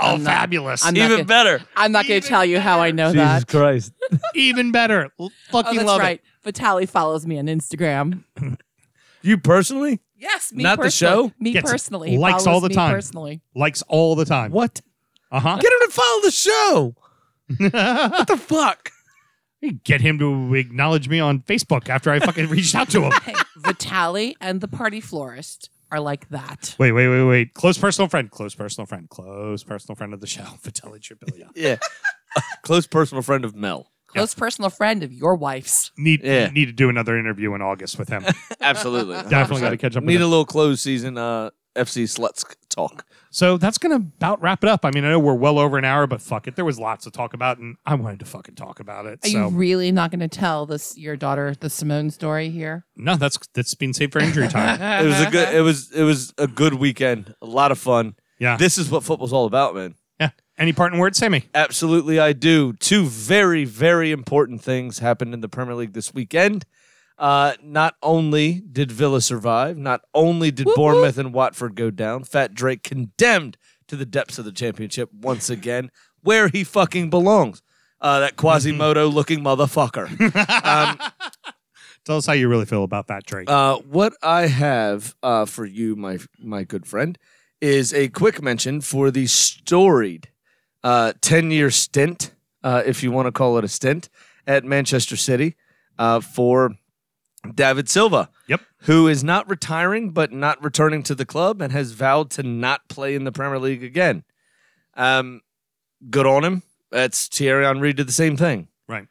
C: oh,
F: I'm not-
C: fabulous!
F: I'm not
B: Even
F: gonna-
B: better.
F: I'm not going to tell you how I know that.
B: Christ.
C: Even better. L-
F: Oh,
C: Fucking
F: that's
C: love
F: right. Vitali follows me on Instagram.
B: You personally?
F: Yes, me
B: Not the
F: personally.
B: show?
F: Me
C: Gets
F: personally. He
C: likes
F: follows
C: all the
F: me
C: time.
F: Personally,
C: it. Likes all the time.
B: What?
C: Uh huh.
B: Get him to follow the show. What the fuck?
C: Get him to acknowledge me on Facebook after I fucking reached out to him.
F: hey, Vitali and the party florist are like that.
C: Wait, wait, wait, wait. Close personal friend. Close personal friend. Close personal friend of the show. Vitelli Tribilia.
B: Yeah. Close personal friend of Mel.
F: Close personal friend of your wife's.
C: Need
B: Yeah.
C: need to do another interview in August with him.
B: Absolutely.
C: Definitely got to catch up with
B: Need
C: him.
B: a little closed season uh, FC Slutsk talk.
C: So that's going to about wrap it up. I mean, I know we're well over an hour, but fuck it. There was lots to talk about, and I wanted to fucking talk about it.
F: Are
C: so
F: you really not going to tell this your daughter the Simone story here?
C: no, that's that's been saved for injury time.
B: It was a good. It was it was a good weekend. A lot of fun.
C: Yeah.
B: This is what football's all about, man.
C: yeah. Any parting words, Sammy?
B: Absolutely, I do. Two very, very important things happened in the Premier League this weekend. Uh, not only did Villa survive, not only did Bournemouth and Watford go down, Fat Drake condemned to the depths of the championship once again, where he fucking belongs. Uh, that Quasimodo looking motherfucker.
C: Tell us how you really feel about that, Drake.
B: Uh, what I have uh, for you, my my good friend, is a quick mention for the storied uh, ten year stint, uh, if you want to call it a stint, at Manchester City uh, for David Silva.
C: Yep.
B: Who is not retiring, but not returning to the club, and has vowed to not play in the Premier League again. Um, good on him. That's Thierry Henry did the same thing
C: right.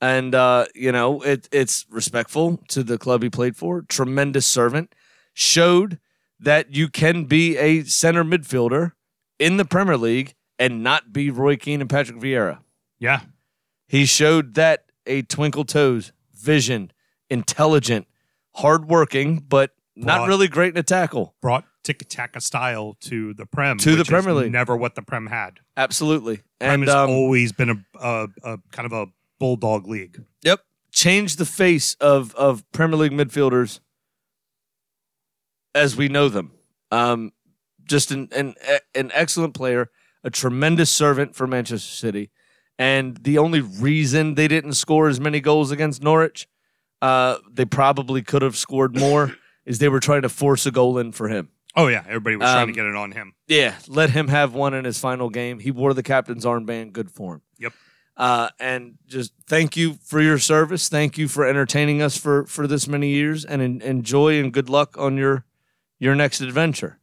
B: and uh, you know it, it's respectful to the club he played for. Tremendous servant, showed that you can be a center midfielder in the Premier League and not be Roy Keane and Patrick Vieira.
C: Yeah.
B: He showed that a twinkle toes, vision, intelligent, hardworking, but not
C: Broad.
B: really great in a tackle.
C: Brought Tick Taka style to the Prem.
B: To the
C: which is
B: Premier League.
C: Never what the Prem had.
B: Absolutely,
C: Prem
B: and
C: has
B: um,
C: always been a, a, a kind of a bulldog league.
B: yep, changed the face of of Premier League midfielders as we know them. Um, just an, an e, an excellent player, a tremendous servant for Manchester City, and the only reason they didn't score as many goals against Norwich, uh, they probably could have scored more, is they were trying to force a goal in for him.
C: Oh yeah, everybody was trying to
B: Um,
C: get it on him.
B: Yeah, let him have one in his final game. He wore the captain's armband. Good for him.
C: Yep.
B: Uh, and just thank you for your service. Thank you for entertaining us for for this many years, and en- enjoy and good luck on your your next adventure.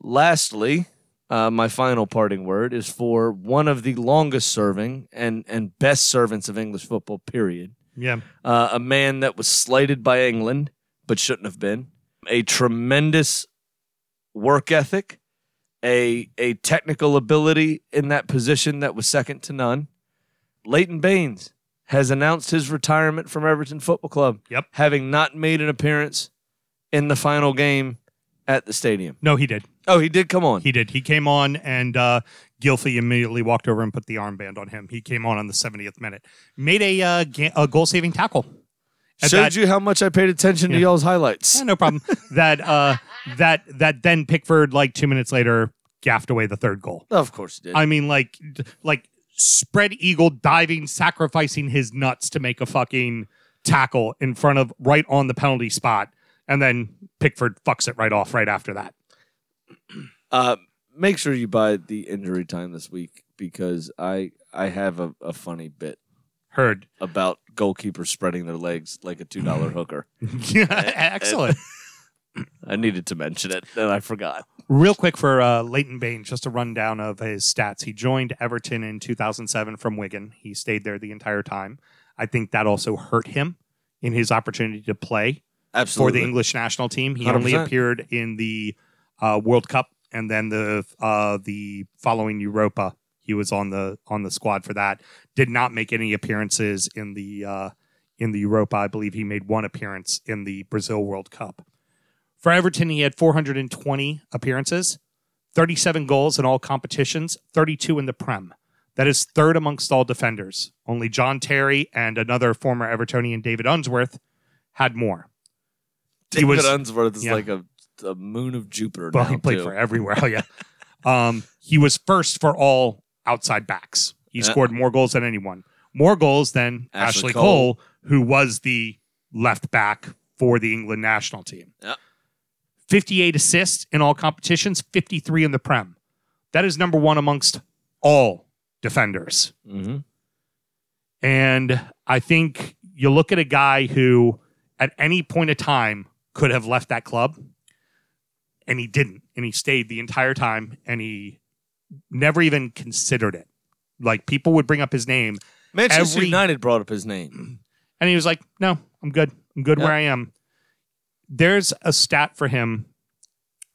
B: Lastly, uh, my final parting word is for one of the longest serving and and best servants of English football. Period
C: Yeah.
B: uh, a man that was slighted by England but shouldn't have been, a tremendous work ethic, a a technical ability in that position that was second to none. Leighton Baines has announced his retirement from Everton Football Club,
C: Yep.
B: having not made an appearance in the final game at the stadium.
C: No, he did.
B: Oh, he did come on.
C: He did. He came on, and uh, Gilfy immediately walked over and put the armband on him. He came on on the 70th minute, made a, uh, ga- a goal saving tackle. And
B: Showed
C: that-
B: you how much I paid attention to
C: Yeah.
B: y'all's highlights.
C: Yeah, Eh, no problem. that uh, that that then Pickford like two minutes later gaffed away the third goal.
B: Of course, he did.
C: I mean, like d- like spread eagle diving, sacrificing his nuts to make a fucking tackle in front of right on the penalty spot, and then Pickford fucks it right off right after that.
B: Uh, make sure you buy the injury time this week because I I have a, a funny bit
C: Heard.
B: about goalkeepers spreading their legs like a two dollar hooker.
C: Excellent.
B: I needed to mention it and I forgot.
C: Real quick for uh, Leighton Baines, just a rundown of his stats. He joined Everton in 2007 from Wigan. He stayed there the entire time. I think that also hurt him in his opportunity to play for the English national team. He only
B: 100%.
C: appeared in the uh, World Cup and then the uh, the following Europa. He was on the on the squad for that. Did not make any appearances in the uh, in the Europa. I believe he made one appearance in the Brazil World Cup. For Everton, he had 420 appearances, 37 goals in all competitions, 32 in the Prem. That is third amongst all defenders. Only John Terry and another former Evertonian, David Unsworth, had more.
B: David
C: was-
B: Unsworth is
C: yeah.
B: like a, a moon of Jupiter.
C: Well,
B: now,
C: he played
B: too.
C: for everywhere. Oh, yeah. Um, he was first for all outside backs. He
B: Uh.
C: scored more goals than anyone, more goals than
B: Ashley
C: Ashley Cole, who was the left back for the England national team.
B: Yeah.
C: 58 assists in all competitions, 53 in the Prem. That is number one amongst all defenders.
B: Mhm.
C: And I think you look at a guy who, at any point of time, could have left that club, and he didn't. And he stayed the entire time, and he never even considered it. like people would bring up his name,
B: Manchester
C: Every-
B: United brought up his name.
C: and he was like, "No, I'm good. I'm good
B: Yeah.
C: where I am." There's a stat for him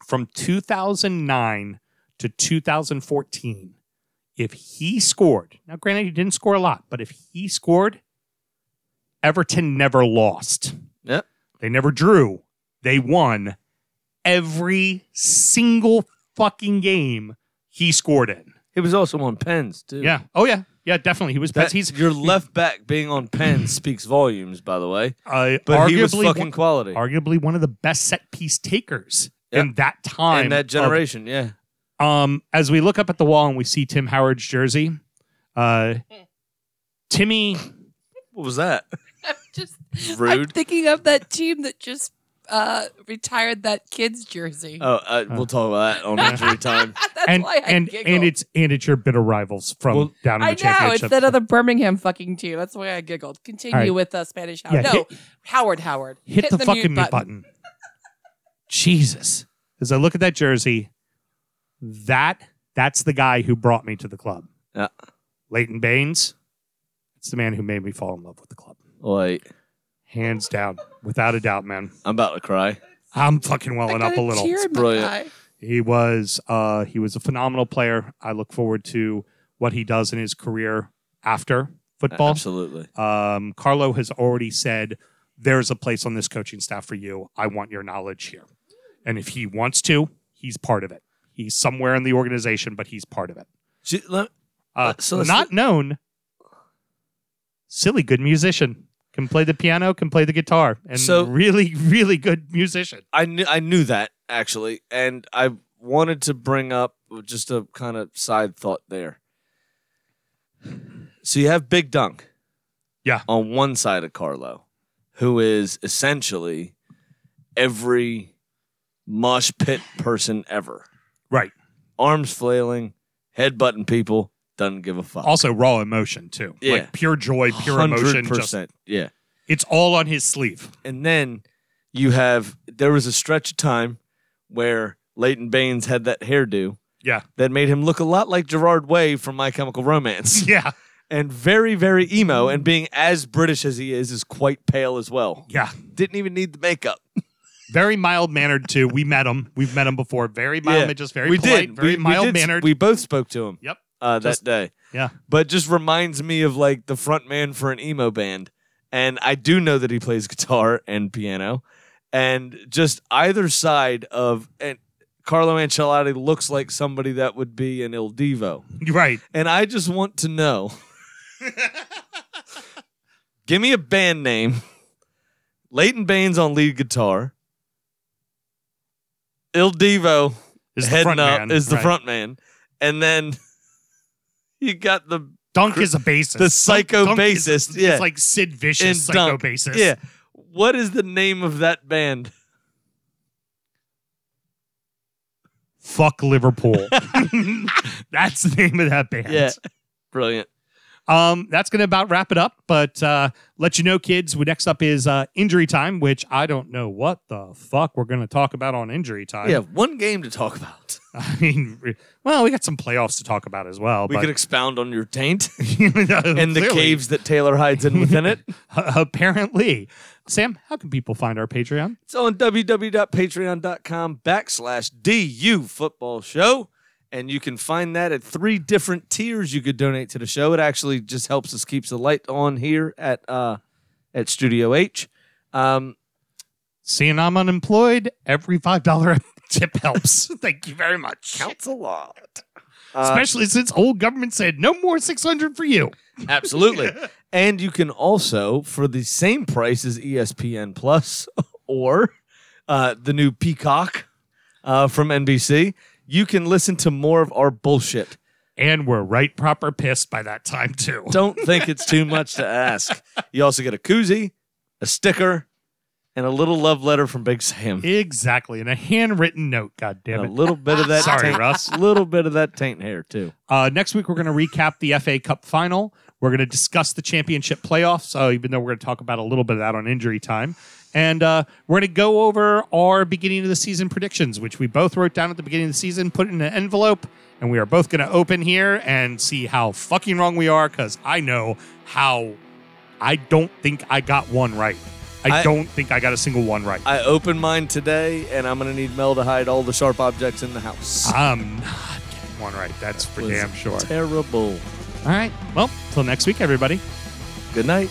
C: from 2009 to 2014. If he scored, now granted he didn't score a lot, but if he scored, Everton never lost.
B: Yep.
C: They never drew. They won every single fucking game he scored in.
B: He was also on pens too.
C: Yeah. Oh yeah. Yeah, definitely. He was
B: That,
C: best. He's
B: your left back being on pens speaks volumes, by the way.
C: uh,
B: But
C: arguably
B: he was fucking
C: one,
B: quality
C: arguably one of the best set piece takers
B: Yeah.
C: in that time
B: in that
C: of-
B: generation. yeah,
C: um, as we look up at the wall and we see Tim Howard's jersey, uh, Timmy.
B: what was that?
F: I'm just I'm
B: Rude.
F: thinking of that team that just uh, retired that kid's jersey.
B: Oh, uh, we'll talk about that on injury time.
F: That's
C: and
F: why I
C: and,
F: giggled.
C: and it's and it's your bitter rivals from
B: Well,
C: down in the
F: I know
C: championship.
F: it's that other Birmingham fucking team. That's why I giggled. Continue
C: All right.
F: with uh, Spanish
C: Yeah,
F: Howard. no,
C: hit-
F: Howard Howard.
C: hit, the, fucking
F: mute
C: mute button. Jesus. As I look at that jersey, that that's the guy who brought me to the club.
B: Yeah.
C: Leighton Baines. It's the man who made me fall in love with the club.
B: Wait,
C: Hands down. Without a doubt, man.
B: I'm about to cry.
C: I'm fucking
F: I
C: welling
F: got
C: up a little.
F: tear in my
B: Brilliant.
F: eye.
C: He was uh he was a phenomenal player. I look forward to what he does in his career after football.
B: Absolutely.
C: Um, Carlo has already said there's a place on this coaching staff for you. I want your knowledge here. And if he wants to, he's part of it. He's somewhere in the organization, but he's part of it.
B: Ju- let-
C: Uh,
B: Uh, so let's
C: not known. Silly good musician. Can play the piano, can play the guitar, and
B: So-
C: really, really good musician.
B: I knew I knew that actually, and I wanted to bring up just a kind of side thought there. So you have Big Dunk,
C: Yeah.
B: on one side of Carlo, who is essentially every mosh pit person ever,
C: Right.
B: arms flailing, head butting people, doesn't give a fuck.
C: Also raw emotion too.
B: Yeah.
C: Like pure joy, pure emotion. Just,
B: 100%, yeah.
C: it's all on his sleeve.
B: And then you have there was a stretch of time where Leighton Baines had that hairdo
C: Yeah.
B: that made him look a lot like Gerard Way from My Chemical Romance.
C: Yeah.
B: and very, very emo, and being as British as he is is quite pale as well.
C: Yeah.
B: Didn't even need the makeup.
C: very mild mannered too. We met him. We've met him before. Very mild,
B: Yeah.
C: just very
B: we
C: polite,
B: did.
C: very
B: we,
C: mild
B: we did s-
C: mannered.
B: We both spoke to him
C: yep.
B: uh,
C: Just-
B: that day.
C: Yeah.
B: But just reminds me of like the front man for an emo band. And I do know that he plays guitar and piano. And just either side of and Carlo Ancelotti looks like somebody that would be an Il Divo.
C: Right.
B: And I just want to know. Give me a band name. Leighton Baines on lead guitar. Il Divo
C: Is the
B: heading
C: front
B: up
C: man.
B: is the
C: Right.
B: front man. And then you got the
C: Dunk is a bassist.
B: the psycho
C: Dunk- Dunk is-
B: bassist, yeah.
C: It's like Sid Vicious
B: in
C: psycho
B: Dunk.
C: bassist.
B: Yeah. What is the name of that band?
C: Fuck Liverpool. that's the name of that band.
B: Brilliant.
C: Um, that's going to about wrap it up. But uh, let you know, kids, we- next up is uh, injury time, which I don't know what the fuck we're going to talk about on injury time.
B: We have one game to talk about.
C: I mean, re- well, we got some playoffs to talk about as well.
B: We
C: but
B: could expound on your taint
C: and
B: and the caves that Taylor hides in within it.
C: apparently. Sam, how can people find our Patreon?
B: It's on www.patreon.com backslash DU football show. And you can find that at three different tiers you could donate to the show. It actually just helps us keeps the light on here at uh, at Studio H. Um,
C: Seeing I'm unemployed, every five dollar tip helps. Thank you very much.
B: counts a lot.
C: Especially since old government said no more six hundred for you.
B: Absolutely. and you can also, for the same price as E ESPN Plus or uh, the new Peacock uh, from NBC, you can listen to more of our bullshit.
C: And we're right proper pissed by that time too.
B: Don't think it's too much to ask. You also get a koozie, a sticker, and a little love letter from Big Sam.
C: Exactly. And a handwritten note, god damn
B: And
C: it.
B: a little bit of that
C: Sorry,
B: taint,
C: Russ.
B: little bit of that taint hair too.
C: Uh, next week, we're going to recap the FA Cup final. We're going to discuss the championship playoffs, uh, even though we're going to talk about a little bit of that on injury time. And uh, we're going to go over our beginning of the season predictions, which we both wrote down at the beginning of the season, put it in an envelope, And we are both going to open here and see how fucking wrong we are because I know how I don't think I got one right. I,
B: I-
C: don't think I got a single one right.
B: I opened mine today, and I'm gonna need Mel to hide all the sharp objects in the house.
C: I, am not getting one right. That's Ah, for
B: Was
C: damn sure.
B: Terrible.
C: All right. Well, till next week, everybody.
B: Good night.